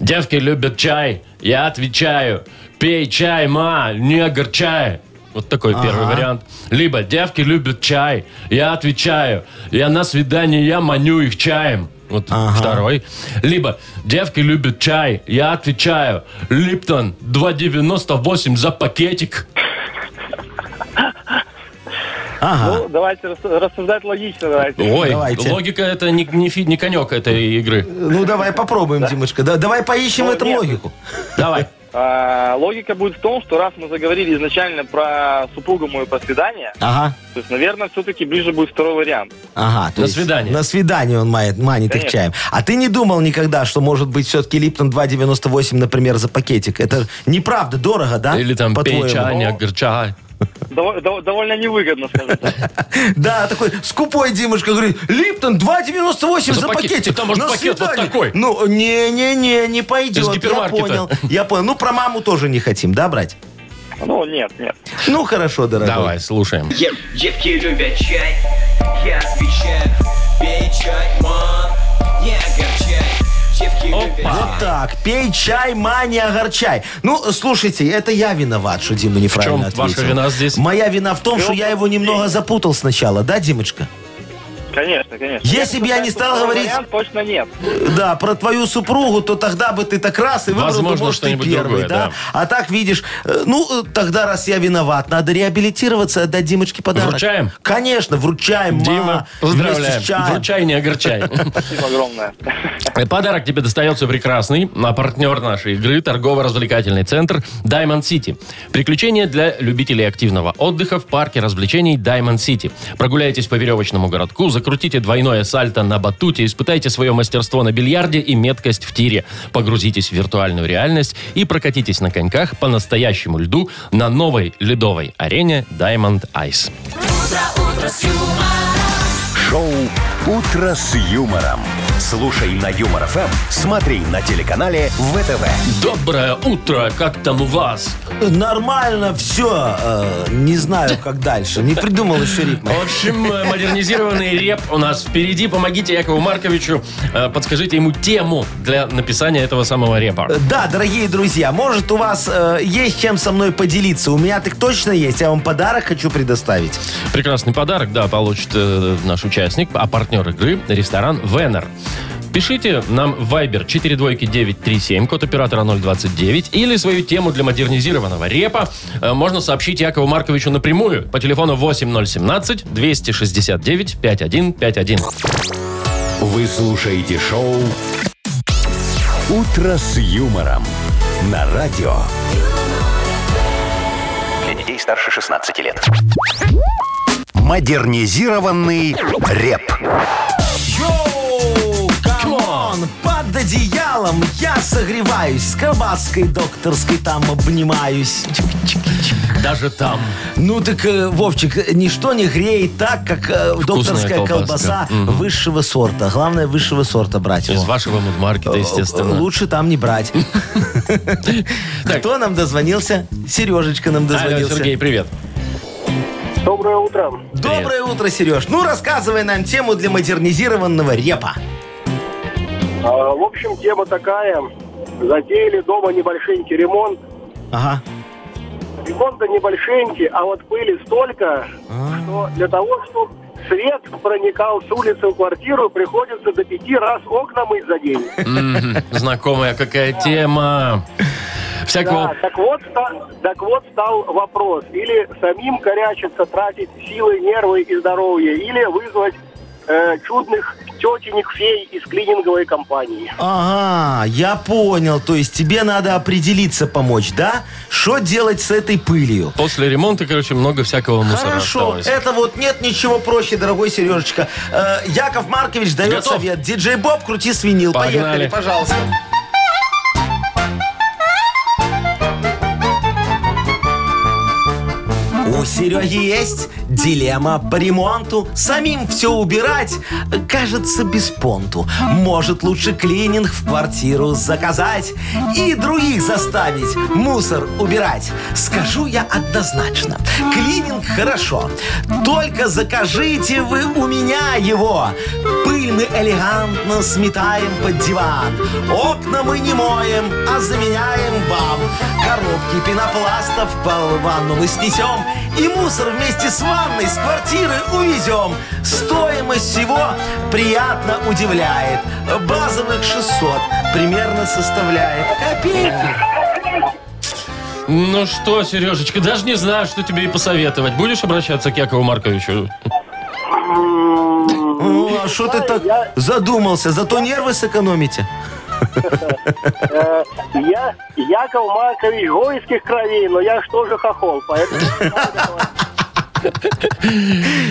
S2: Девки любят чай, я отвечаю. Пей чай, ма, не огорчай. Вот такой первый вариант. Либо девки любят чай, я отвечаю. Я на свидание, я маню их чаем. Вот второй. Либо девки любят чай, я отвечаю. Липтон 2,98 за пакетик.
S3: Ага.
S5: Ну, давайте рас- рассуждать логично, давайте.
S2: Ой,
S3: Давайте.
S2: логика это не, не, фи- не конек этой игры.
S3: Ну давай попробуем, Димочка. Да, давай поищем
S5: Ну,
S3: эту
S5: нет.
S3: логику.
S2: Давай.
S5: А, логика будет в том, что раз мы заговорили изначально про супругу мою про свидание,
S3: Ага.
S5: то есть, наверное, все-таки ближе будет второй вариант.
S3: Ага, то
S2: На
S3: есть
S2: свидание.
S3: На свидание он манит, манит их
S5: Конечно.
S3: чаем. А ты не думал никогда, что может быть все-таки Липтон 2,98, например, за пакетик? Это неправда, дорого, да?
S2: А? Или там пей
S3: По-твоему?
S2: чай, не огорчай.
S5: Дов- дов- довольно невыгодно,
S3: (laughs)
S5: скажем так.
S3: (laughs) Да, такой скупой Димушка говорит, Липтон 2,98
S2: За
S3: за,
S2: пакет.
S3: пакетик.
S2: Да там, может,
S3: На
S2: пакет вот
S3: свидание».
S2: такой.
S3: Ну, не-не-не, не
S2: Из
S3: пойдет. Я
S2: гипермаркета.
S3: понял. Я понял. Ну, про маму тоже не хотим, да, брать?
S5: Ну, нет, нет.
S3: Ну, хорошо, дорогой.
S2: Давай, слушаем.
S9: Е- Девки любят чай, я отвечаю Пей чай, мам, не огорчай девки любят
S2: Опа.
S3: Вот так. Пей чай, ма, не огорчай. Ну, слушайте, это я виноват, что Дима неправильно
S2: В чем ваша
S3: ответил.
S2: вина здесь?
S3: Моя вина в том, что я его немного запутал сначала, да, Димочка?
S5: Конечно, конечно.
S3: Если бы я не стал
S5: Второй
S3: говорить,
S5: вариант точно нет.
S3: э, да, про твою супругу, то тогда бы ты так раз и выбрал, бы,
S2: Возможно,
S3: может, ты
S2: что-нибудь
S3: первый,
S2: другое, да.
S3: А так, видишь, э, ну, э, тогда, раз я виноват, надо реабилитироваться, отдать Димочке подарок.
S2: Вручаем?
S3: Конечно, вручаем, ма.
S2: Дима,
S3: Вместе
S2: поздравляем.
S3: с чаем.
S2: Вручай, не огорчай. (laughs)
S5: Спасибо огромное.
S2: Подарок тебе достается прекрасный. А партнер нашей игры – торгово-развлекательный центр Diamond City. Приключения для любителей активного отдыха в парке развлечений Diamond City. Прогуляйтесь по веревочному городку, закрутите двойное сальто на батуте, испытайте свое мастерство на бильярде и меткость в тире. Погрузитесь в виртуальную реальность и прокатитесь на коньках по настоящему льду на новой ледовой арене Diamond Ice.
S1: Шоу «Утро с юмором». Слушай на Юмор ФМ, смотри на телеканале ВТВ.
S2: Доброе утро! Как там у вас?
S3: Нормально, все. не знаю, как дальше. Не придумал еще ритма.
S2: В общем, э, модернизированный реп у нас впереди. Помогите Якову Марковичу, э, подскажите ему тему для написания этого самого репа.
S3: Да, дорогие друзья, может у вас э, есть чем со мной поделиться? У меня так точно есть, я вам подарок хочу предоставить.
S2: Прекрасный подарок, да, получит э, наш участник, а партнер игры – ресторан «Венер». Пишите нам в Viber 42937, код оператора 029, или свою тему для модернизированного репа э, можно сообщить Якову Марковичу напрямую по телефону 8017-269-5151.
S1: Вы слушаете шоу «Утро с юмором» на радио.
S6: Для детей старше 16 лет.
S1: Модернизированный реп.
S3: Йоу, камон, под одеялом я согреваюсь, с колбаской докторской там обнимаюсь.
S2: Даже там.
S3: Ну так, э, Вовчик, э, ничто не греет так, как э, докторская колбаса,
S2: колбаска.
S3: высшего сорта. Главное, высшего сорта брать.
S2: Из
S3: Во.
S2: вашего мудмаркета, естественно.
S3: Лучше там не
S2: (laughs)
S3: брать. (laughs) Кто нам дозвонился? Сережечка нам
S2: Алло,
S3: дозвонился.
S2: Сергей, привет.
S5: Доброе утро.
S3: Доброе утро, Сереж. Ну, рассказывай нам тему для модернизированного репа.
S5: А, В общем, тема такая. Затеяли дома небольшенький ремонт.
S3: Ага.
S5: Ремонт-то небольшенький, а вот пыли столько,
S3: А.
S5: что для того, чтобы свет проникал с улицы в квартиру, приходится до пяти раз окна мыть за день.
S2: Мгм. Знакомая какая тема.
S5: Да,
S2: Всякого...
S5: так вот, ста- так вот стал вопрос. Или самим корячиться, тратить силы, нервы и здоровье, или вызвать э, чудных тетенек-фей из клининговой компании.
S3: Ага, я понял. То есть тебе надо определиться помочь, да? Что делать с этой пылью?
S2: После ремонта, короче, много всякого мусора
S3: Хорошо,
S2: осталось.
S3: это вот нет ничего проще, дорогой Сережечка. Э, Яков Маркович дает
S2: Готов.
S3: совет. Диджей Боб, крути свинил.
S2: Погнали.
S3: Поехали, пожалуйста. У Сереги есть дилемма по ремонту. Самим все убирать, кажется, без понту. Может, лучше клининг в квартиру заказать и других заставить мусор убирать. Скажу я однозначно, клининг хорошо. Только закажите вы у меня его. Пыль мы элегантно сметаем под диван. Окна мы не моем, а заменяем вам. Коробки пенопластов по ванну мы снесем. И мусор вместе с ванной с квартиры увезем. Стоимость всего приятно удивляет. Базовых 600 примерно составляет. Копейки.
S2: Ну что, Сережечка, даже не знаю, что тебе и посоветовать. Будешь обращаться к Якову Марковичу?
S3: Ну, а что ты так
S5: я-
S3: задумался? Зато нервы сэкономите.
S5: Э, я Яков Маркович гойских кровей, но я что же хохол, поэтому...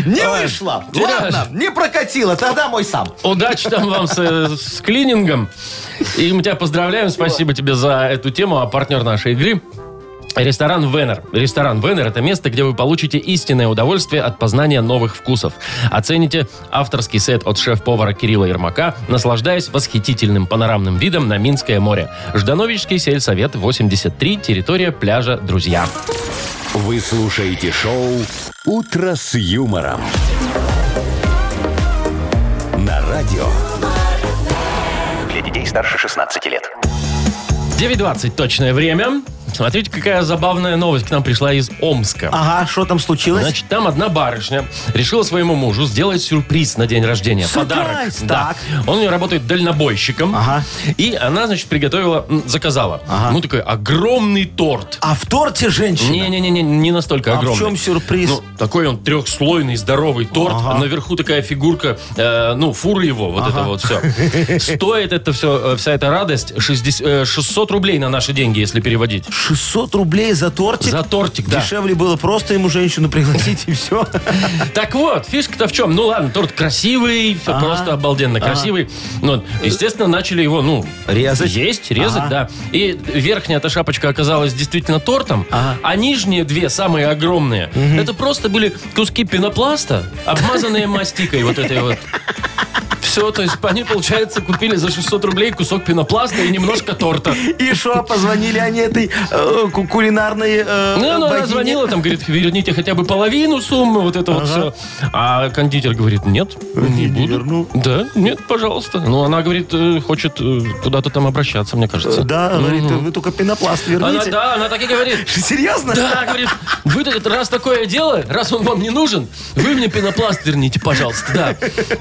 S3: Не вышло.
S2: Сереж.
S3: Ладно, не прокатило. Тогда мой сам.
S2: Удачи там вам с, э, с клинингом. И мы тебя поздравляем. Спасибо тебе за эту тему. А партнер нашей игры Ресторан Венер. Ресторан Венер – это место, где вы получите истинное удовольствие от познания новых вкусов. Оцените авторский сет от шеф-повара Кирилла Ермака, наслаждаясь восхитительным панорамным видом на Минское море. Ждановический сельсовет 83, территория пляжа «Друзья».
S1: Вы слушаете шоу «Утро с юмором». На радио.
S6: Для детей детей старше 16 лет.
S2: 9.20 точное время. Смотрите, какая забавная новость к нам пришла из Омска.
S3: Ага, что там случилось?
S2: Значит, там одна барышня решила своему мужу сделать сюрприз на день рождения.
S3: Сюрприз,
S2: Подарок.
S3: так.
S2: Да. Он у нее работает дальнобойщиком.
S3: Ага.
S2: И она, значит, приготовила, м, заказала. Ну, такой огромный торт.
S3: а в торте женщина?
S2: Не-не-не, не настолько
S3: А в
S2: огромный.
S3: чем сюрприз?
S2: Ну, такой он трехслойный, здоровый торт.
S3: Ага.
S2: А Наверху такая фигурка, э, ну, фуры его, вот это вот все. Стоит это все, вся эта радость 60, э, 600 рублей на наши деньги, если переводить.
S3: 600 рублей за тортик?
S2: За тортик, да.
S3: Дешевле было просто ему женщину пригласить и все.
S2: Так вот, фишка-то в чем? Ну ладно, торт красивый, всё просто обалденно красивый. Ну, естественно, начали его, ну,
S3: Резать.
S2: Есть, резать,
S3: Ага.
S2: да. И верхняя эта шапочка оказалась действительно тортом,
S3: Ага.
S2: а нижние две, самые огромные, это просто были куски пенопласта,
S3: (laughs)
S2: обмазанные мастикой вот этой вот. Все, то есть они, получается, купили за 600 рублей кусок пенопласта и немножко торта.
S3: И что, позвонили они этой э, ку- кулинарной э,
S2: Ну, ну, она
S3: богине?
S2: звонила, там, говорит, верните хотя бы половину суммы, вот это вот все. А кондитер говорит, нет, не, буду.
S3: верну.
S2: Да, нет, пожалуйста. Ну, она, говорит, э, хочет э, куда-то там обращаться, мне кажется.
S3: Да, говорит, вы только пенопласт
S2: Она,
S3: верните.
S2: да, она так и
S3: (laughs)
S2: говорит.
S3: Серьезно?
S2: Да, говорит, вы тут- раз такое дело, раз он вам не нужен, вы мне пенопласт верните, пожалуйста,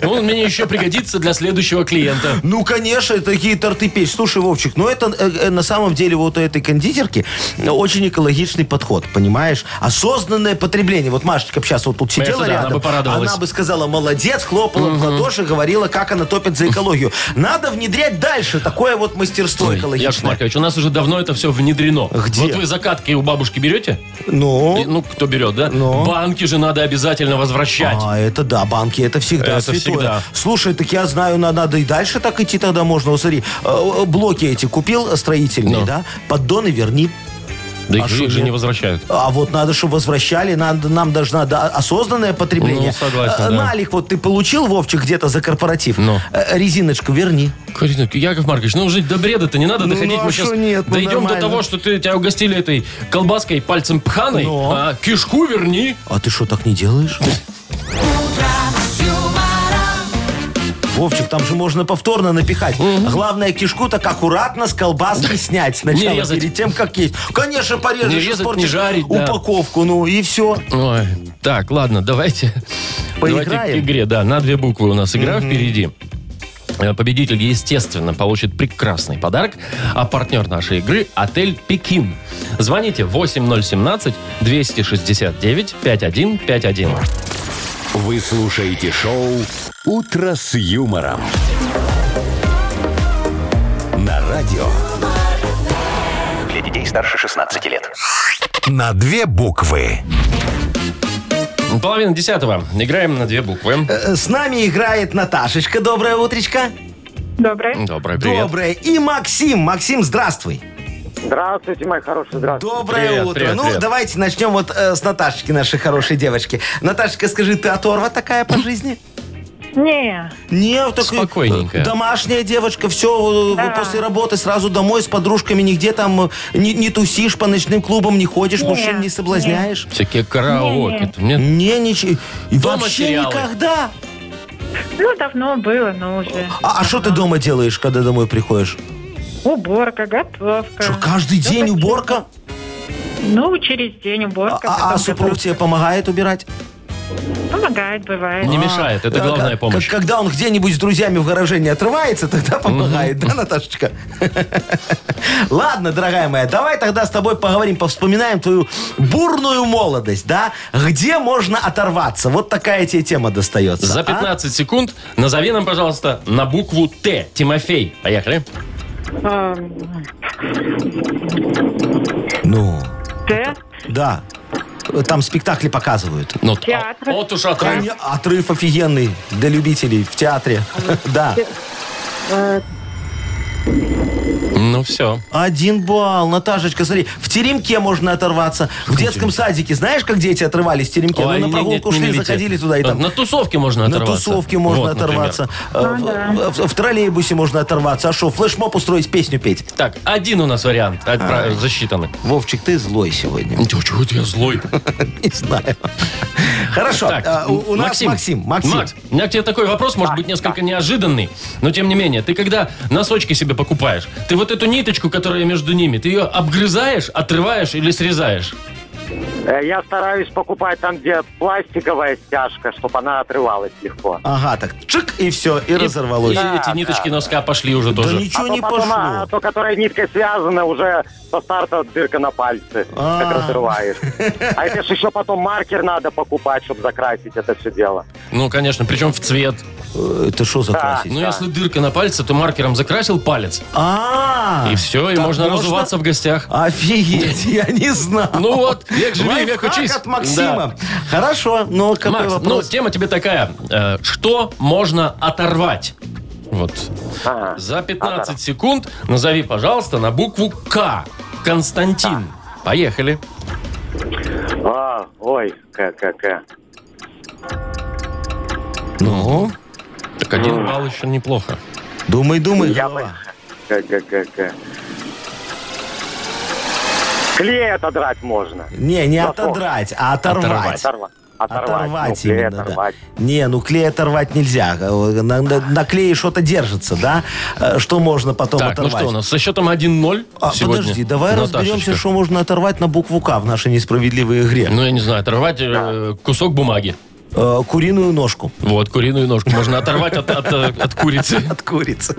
S2: да. Он мне еще пригодится для следующего клиента.
S3: Ну, конечно, такие торты печь. Слушай, Вовчик, ну это э, э, на самом деле вот у этой кондитерки э, очень экологичный подход, понимаешь? Осознанное потребление. Вот Машечка б сейчас вот тут сидела
S2: да, она
S3: рядом.
S2: бы порадовалась.
S3: Она бы сказала, молодец, хлопала в ладоши, говорила, как она топит за экологию. Надо внедрять дальше такое вот мастерство
S2: Яков
S3: экологичное.
S2: Маркович, у нас уже давно это все внедрено.
S3: Где?
S2: Вот вы закатки у бабушки берете? И,
S3: Ну,
S2: Ну, кто берет, да?
S3: Ну.
S2: Банки же надо обязательно возвращать.
S3: а, это да, банки, это всегда
S2: Это
S3: святое.
S2: всегда.
S3: Слушай, так я знаю, на- надо и дальше так идти тогда можно. Вот смотри, э, э, блоки эти купил строительные,
S2: Ну.
S3: да? Поддоны верни,
S2: да
S3: а
S2: их, же-
S3: шо
S2: их же
S3: нет?
S2: не возвращают.
S3: А вот надо, чтобы возвращали, надо, нам даже надо осознанное потребление.
S2: Ну, согласен,
S3: Э,
S2: да.
S3: Налик вот ты получил, Вовчик, где-то за корпоратив.
S2: Ну.
S3: Э, Резиночку верни.
S2: Карина, Яков Маркович, ну уже до бреда-то не надо
S3: Ну,
S2: доходить.
S3: ну, а
S2: Мы сейчас
S3: шо нет? Ну,
S2: дойдем
S3: нормально.
S2: до того, что ты тебя угостили этой колбаской пальцем пханой,
S3: Ну.
S2: а кишку верни.
S3: А ты что, так не делаешь? Вовчик, там же можно повторно напихать. Главное, кишку так аккуратно с колбаски снять сначала,
S2: Не резать.
S3: перед тем, как есть. Конечно, порежешь,
S2: Не резать, не
S3: испортишь
S2: жарить, да.
S3: упаковку, ну и все.
S2: Ой, так, ладно, давайте,
S3: Поиграем?
S2: давайте к игре. Да, на две буквы у нас игра впереди. Э, Победитель, естественно, получит прекрасный подарок, а партнер нашей игры – отель «Пекин». Звоните 8017-269-5151.
S1: Вы слушаете шоу «Утро с юмором». На радио
S6: Для детей старше 16 лет.
S1: на две буквы.
S2: Половина десятого. Играем на две буквы.
S3: Э, С нами играет Наташечка. Доброе утречко.
S7: Доброе.
S2: Доброе, привет.
S3: Доброе. И Максим. Максим, здравствуй.
S8: Здравствуйте, мои хорошие, здравствуйте.
S3: Доброе
S2: Привет,
S3: утро.
S2: привет,
S3: ну,
S2: привет.
S3: давайте начнем вот э, с Наташечки, нашей хорошей девочки. Наташечка, скажи, ты оторва такая по жизни?
S7: Не.
S3: Нет, так и,
S2: Спокойненькая.
S3: э, домашняя девочка, все, э,
S7: Да.
S3: после работы сразу домой с подружками, нигде там э, не, не тусишь, по ночным клубам не ходишь,
S7: Не,
S3: мужчин не соблазняешь.
S2: Всякие караоке. там, нет?
S3: Не, ничего. И
S2: Дома
S3: вообще
S2: сериалы.
S3: никогда.
S7: Ну, давно было, но уже.
S3: А что ты дома делаешь, когда домой приходишь?
S7: Уборка,
S9: Э.
S7: готовка.
S3: Что, каждый
S7: Ну,
S3: день
S7: так-
S3: уборка?
S7: Ну, через день
S3: А,
S7: уборка.
S3: а
S7: потом
S3: супруг тебе помогает убирать?
S7: готовка. Помогает, бывает.
S2: Не мешает, это
S3: Э,
S2: главная
S3: к-
S2: помощь.
S3: к- Когда он где-нибудь с друзьями в гараже не отрывается, тогда помогает, да, Наташечка? (laughs) Ладно, дорогая моя, давай тогда с тобой поговорим, повспоминаем твою бурную молодость, да? Где можно оторваться? Вот такая тебе тема достается.
S2: За
S3: а?
S2: 15 секунд назови нам, пожалуйста, на букву Т. Тимофей. Поехали.
S7: Эм,
S3: Ну,
S7: Т.
S3: да. Там спектакли показывают.
S2: Ну,
S7: Театр.
S2: о- от уж отрыв.
S3: Крайне отрыв офигенный для (laughs) любителей в театре. Да.
S7: э,
S2: Ну все.
S3: Один балл, Наташечка, смотри, в теремке можно оторваться. В детском садике, знаешь, как дети отрывались в теремке?
S2: Ой,
S3: ну, на
S2: нет,
S3: прогулку
S2: нет, не
S3: шли,
S2: милите.
S3: заходили туда и там.
S2: На тусовке можно
S3: На
S2: оторваться.
S3: тусовке можно
S2: Вот, например.
S3: оторваться.
S8: Ну
S3: Э, в, в- в троллейбусе можно оторваться. А что, флешмоб устроить, песню петь?
S2: Так, один у нас вариант от-
S3: А.
S2: про- засчитанный.
S3: Вовчик, ты злой сегодня.
S2: Чего я злой?
S3: (laughs) Не знаю. Хорошо. э, У у нас Максим. Максим.
S2: Макс, у меня к тебе такой вопрос, может быть, несколько неожиданный, но тем не менее, ты когда носочки себе покупаешь, ты вот эту ниточку, которая между ними, ты ее обгрызаешь, отрываешь или срезаешь?
S8: Э, Я стараюсь покупать там, где пластиковая стяжка, чтобы она отрывалась легко.
S3: Ага, так чик, и все, и разорвалось.
S2: И эти ниточки носка пошли уже
S3: Да
S2: тоже.
S3: ничего Ну, не
S8: потом,
S3: пошло.
S8: а то, которая ниткой связана, уже со старта дырка на пальце,
S3: А.
S8: как разрывает. А это же еще потом маркер надо покупать, чтобы закрасить это все дело.
S2: Ну, конечно, причем в цвет.
S3: Э, Это что за
S8: Да.
S3: красить?
S2: Ну, если дырка на пальце, то маркером закрасил палец.
S3: А,
S2: И все, и
S3: так
S2: можно разуваться в гостях.
S3: Офигеть, (laughs) я не знал.
S2: Ну вот, век живи, век
S3: Лайфхак
S2: учись.
S3: от Максима. Хорошо, но какой
S2: Макс, ну,
S3: вопрос?
S2: тема тебе такая. э, что можно оторвать? Вот.
S8: А.
S2: За 15 секунд назови, пожалуйста, на букву К. Константин. Поехали.
S8: А, ой, ка-ка-ка.
S3: Ну,
S2: Так один балл еще неплохо.
S3: думай, думай.
S8: Я бы...
S3: голова.
S8: Ка-ка-ка-ка. Клей отодрать можно.
S3: Не, не
S8: Готов.
S3: отодрать, а оторвать.
S8: Ну, Оторвать. Оторвать.
S3: Оторвать
S8: Ну, клей
S3: именно,
S8: оторвать.
S3: да. Не, ну клей оторвать нельзя. Э, На, на- на клее что-то держится, да? Э, Что можно потом
S2: так,
S3: оторвать?
S2: ну что у нас? Со счетом 1-0
S3: А,
S2: сегодня.
S3: подожди, давай
S2: Наташечка.
S3: разберемся, что можно оторвать на букву К в нашей несправедливой игре.
S2: Ну, я не знаю, оторвать э, кусок бумаги.
S3: Э, куриную ножку.
S2: Вот, куриную ножку можно оторвать от, от, э, от курицы.
S3: (laughs) от курицы.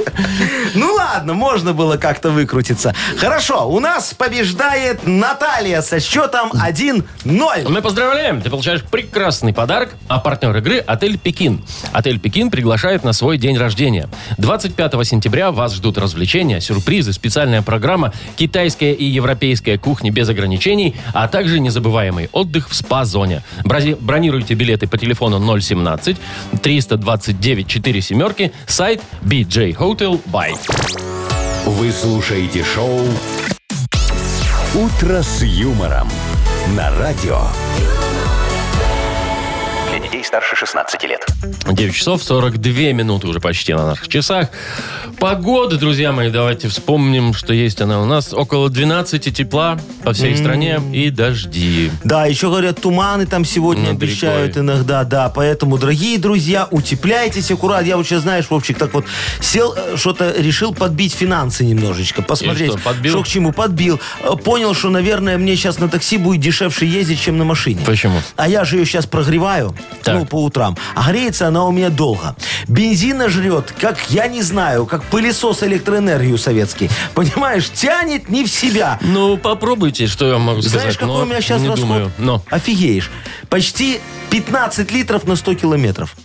S3: Ну ладно, можно было как-то выкрутиться. Хорошо, у нас побеждает Наталья со счетом 1-0.
S2: Мы поздравляем! Ты получаешь прекрасный подарок, а партнер игры – отель «Пекин». Отель «Пекин» приглашает на свой день рождения. 25 сентября вас ждут развлечения, сюрпризы, специальная программа, китайская и европейская кухни без ограничений, а также незабываемый отдых в спа-зоне. Брази- Бронируйте билеты по телефону 017 329 4 семерки, сайт BJ Hotel Buy.
S1: Вы слушаете шоу «Утро с юмором» на радио.
S6: Для детей старше 16 лет.
S2: 9 часов 42 минуты уже почти на наших часах. Погода, друзья мои, давайте вспомним, что есть она у нас. Около 12 тепла по всей стране и дожди.
S3: Да, еще говорят, туманы там сегодня
S2: Над
S3: обещают
S2: рекой.
S3: иногда, да. Поэтому, дорогие друзья, утепляйтесь аккуратно. Я вот сейчас, знаешь, Вовчик, так вот сел, э, что-то решил подбить финансы немножечко, посмотреть,
S2: что, подбил?
S3: к чему подбил. Э, Понял, что, наверное, мне сейчас на такси будет дешевше ездить, чем на машине.
S2: Почему?
S3: А я же ее сейчас прогреваю,
S2: Так.
S3: ну, по утрам. А греется она у меня долго. Бензина жрет, как, я не знаю, как пылесос электроэнергию советский. Понимаешь, тянет не в себя.
S2: Ну, попробуйте, что я могу сказать.
S3: Знаешь, какой
S2: но
S3: у меня сейчас
S2: не
S3: расход?
S2: думаю. Но.
S3: Офигеешь. Почти 15 литров на 100 километров.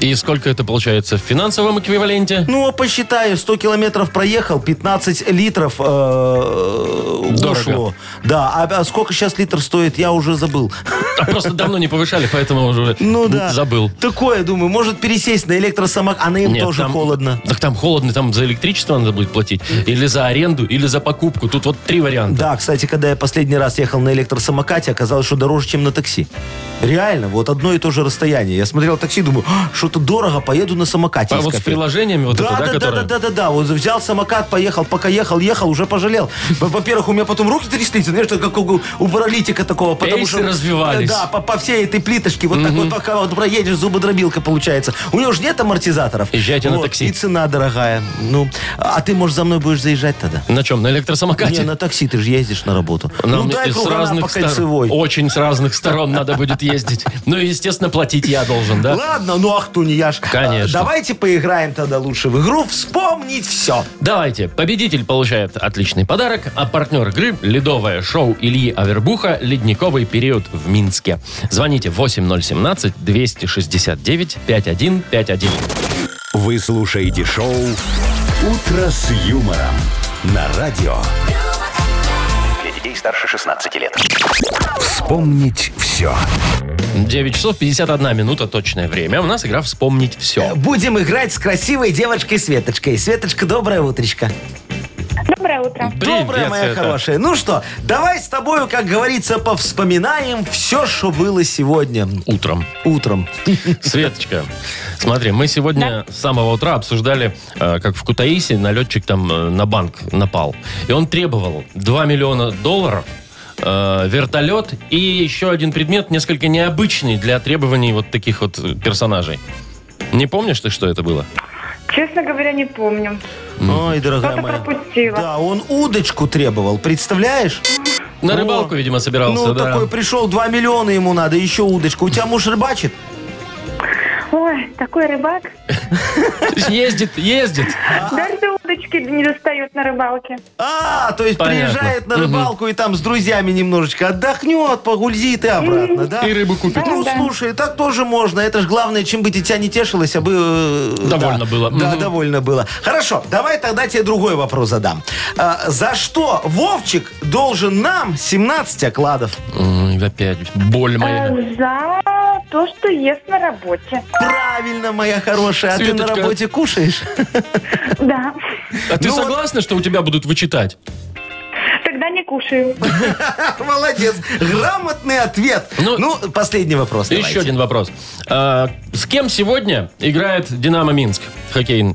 S2: И сколько это получается в финансовом эквиваленте?
S3: Ну, а посчитаю, 100 километров проехал, 15 литров э, ушло. Да, а, а сколько сейчас литр стоит, я уже забыл. (laughs)
S2: А просто давно не повышали, поэтому уже
S3: Ну да.
S2: забыл.
S3: Такое, думаю, может пересесть на электросамок, а на им
S2: Нет,
S3: тоже
S2: там-
S3: холодно.
S2: Так там холодно, там за электричество надо будет платить. Или за аренду, или за покупку. Тут вот три варианта.
S3: Да, кстати, когда я последний раз ехал на электросамокате, оказалось, что дороже, чем на такси. Реально, вот одно и то же расстояние. Я смотрел такси, думаю, «А, что-то дорого, поеду на самокате.
S2: А
S3: из
S2: вот с
S3: кафе».
S2: приложениями вот это,
S3: да,
S2: да,
S3: да, да, да,
S2: которое-
S3: да, да, да. Вот взял самокат, поехал, пока ехал, ехал, уже пожалел. Во- Во-первых, у меня потом руки тряслись, знаешь, как у, у паралитика такого. Потому
S2: Пейсы
S3: что, э,
S2: развивались.
S3: Да, по, по всей этой плиточке, вот так вот, пока вот проедешь, зубодробилка получается. У него же нет амортизаторов.
S2: Езжайте на
S3: Вот,
S2: такси.
S3: И цена дорогая. Ну, а ты, может, за мной будешь заезжать тогда?
S2: На чем? На электросамокате?
S3: Не, на такси ты же ездишь на работу.
S2: Нам
S3: ну дай
S2: из
S3: кругана
S2: разных
S3: по
S2: сторон-
S3: кольцевой.
S2: Очень с разных сторон надо будет ездить. Ну и, естественно, платить я должен, да?
S3: Ладно, ну ах, не я ж.
S2: Конечно.
S3: А, Давайте поиграем тогда лучше в игру «Вспомнить все».
S2: Давайте. Победитель получает отличный подарок, а партнер игры – ледовое шоу Ильи Авербуха «Ледниковый период в Минске». Звоните 8017-269-5151.
S1: Вы слушаете шоу «Утро с юмором» на радио.
S6: Для детей старше 16 лет.
S1: Вспомнить все.
S2: 9 часов 51 минута точное время. У нас игра «Вспомнить все».
S3: Будем играть с красивой девочкой Светочкой. Светочка, доброе утречко.
S4: Доброе
S10: Доброе утро.
S2: Привет,
S3: Доброе, моя
S2: Света.
S3: хорошая. Ну что, давай с тобою, как говорится, повспоминаем все, что было сегодня
S2: Утром.
S3: утром.
S2: Светочка, смотри, мы сегодня с самого утра обсуждали, э, как в Кутаисе налетчик там э, на банк напал. И он требовал 2 миллиона долларов, э, вертолет и еще один предмет, несколько необычный для требований вот таких вот э, персонажей. Не помнишь ты, что это было?
S10: Честно говоря, не помню.
S3: Ой, дорогая
S10: Кто-то
S3: моя.
S10: пропустила.
S3: Да, он удочку требовал, представляешь?
S2: На
S3: О.
S2: рыбалку, видимо, собирался,
S3: ну,
S2: да. (laughs)
S3: такой пришел, 2 миллиона ему надо, еще удочку. У тебя муж рыбачит?
S10: Ой, такой рыбак.
S2: Ездит, ездит.
S10: Даже до удочки не достает на рыбалке.
S3: А, то есть
S2: Понятно.
S3: приезжает на рыбалку и там с друзьями немножечко отдохнет, погульзит и обратно, да?
S2: И рыбу купит.
S10: Да,
S3: Ну,
S10: да.
S3: слушай, так тоже можно. Это же главное, чем бы дитя не тешилось, а бы... э, да.
S2: Довольно было.
S3: Да,
S2: Мгм.
S3: довольно было. Хорошо, давай тогда тебе другой вопрос задам. А, за что Вовчик должен нам 17 окладов?
S2: Ой, опять боль моя.
S10: Э, За то, что ест на работе.
S3: Правильно, моя хорошая. А ты на
S2: Светочка.
S3: работе кушаешь? (laughs)
S10: Да.
S2: А ты
S3: ну вот-
S2: согласна, что у тебя будут вычитать?
S10: Тогда не кушаю.
S3: Молодец. Грамотный ответ.
S2: Ну,
S3: Ну, последний вопрос
S2: Еще
S3: давайте.
S2: один вопрос. А, с кем сегодня играет Динамо Минск? Хоккей.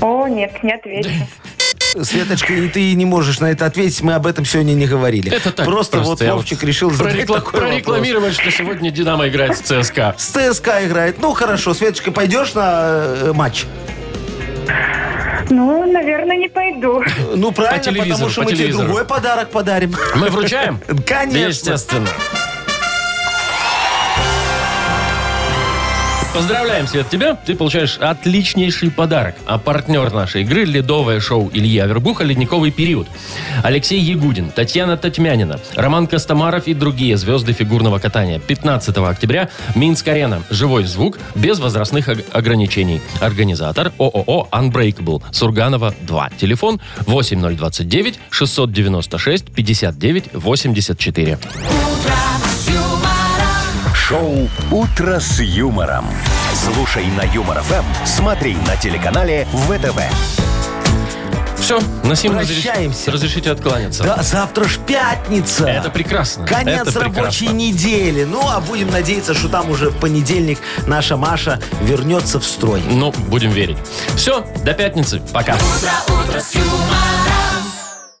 S10: О, нет, не отвечу.
S3: Светочка, и ты не можешь на это ответить. Мы об этом сегодня не говорили.
S2: Это так.
S3: Просто, вот
S2: я
S3: Вовчик решил задать
S2: прорекла-
S3: такой вопрос.
S2: прорекламировать, что сегодня Динамо играет с ЦСКА.
S3: С ЦСКА играет. Ну, хорошо. Светочка, пойдешь на э, матч?
S10: Ну, наверное, не пойду.
S3: Ну, правильно,
S2: телевизору,
S3: потому что
S2: по
S3: мы тебе
S2: телевизору.
S3: другой подарок подарим.
S2: Мы вручаем?
S3: Конечно.
S2: Естественно. Поздравляем, Свет, тебя. Ты получаешь отличнейший подарок. А партнер нашей игры – ледовое шоу Илья Вербуха «Ледниковый период». Алексей Ягудин, Татьяна Татьмянина, Роман Костомаров и другие звезды фигурного катания. 15 октября Минск-арена. Живой звук без возрастных ог- ограничений. Организатор ООО «Unbreakable». Сурганова 2. Телефон 8029 696 59 84.
S1: Шоу «Утро с юмором». Слушай на Юмор ФМ, смотри на телеканале ВТВ.
S2: Все, на сим разреш-
S3: Прощаемся.
S2: разрешите откланяться.
S3: Да, завтра ж пятница.
S2: Это прекрасно.
S3: Конец
S2: Это прекрасно.
S3: рабочей недели. Ну, а будем надеяться, что там уже в понедельник наша Маша вернется в строй.
S2: Ну, будем верить. Все, до пятницы. Пока.
S11: утро, утро с юмором.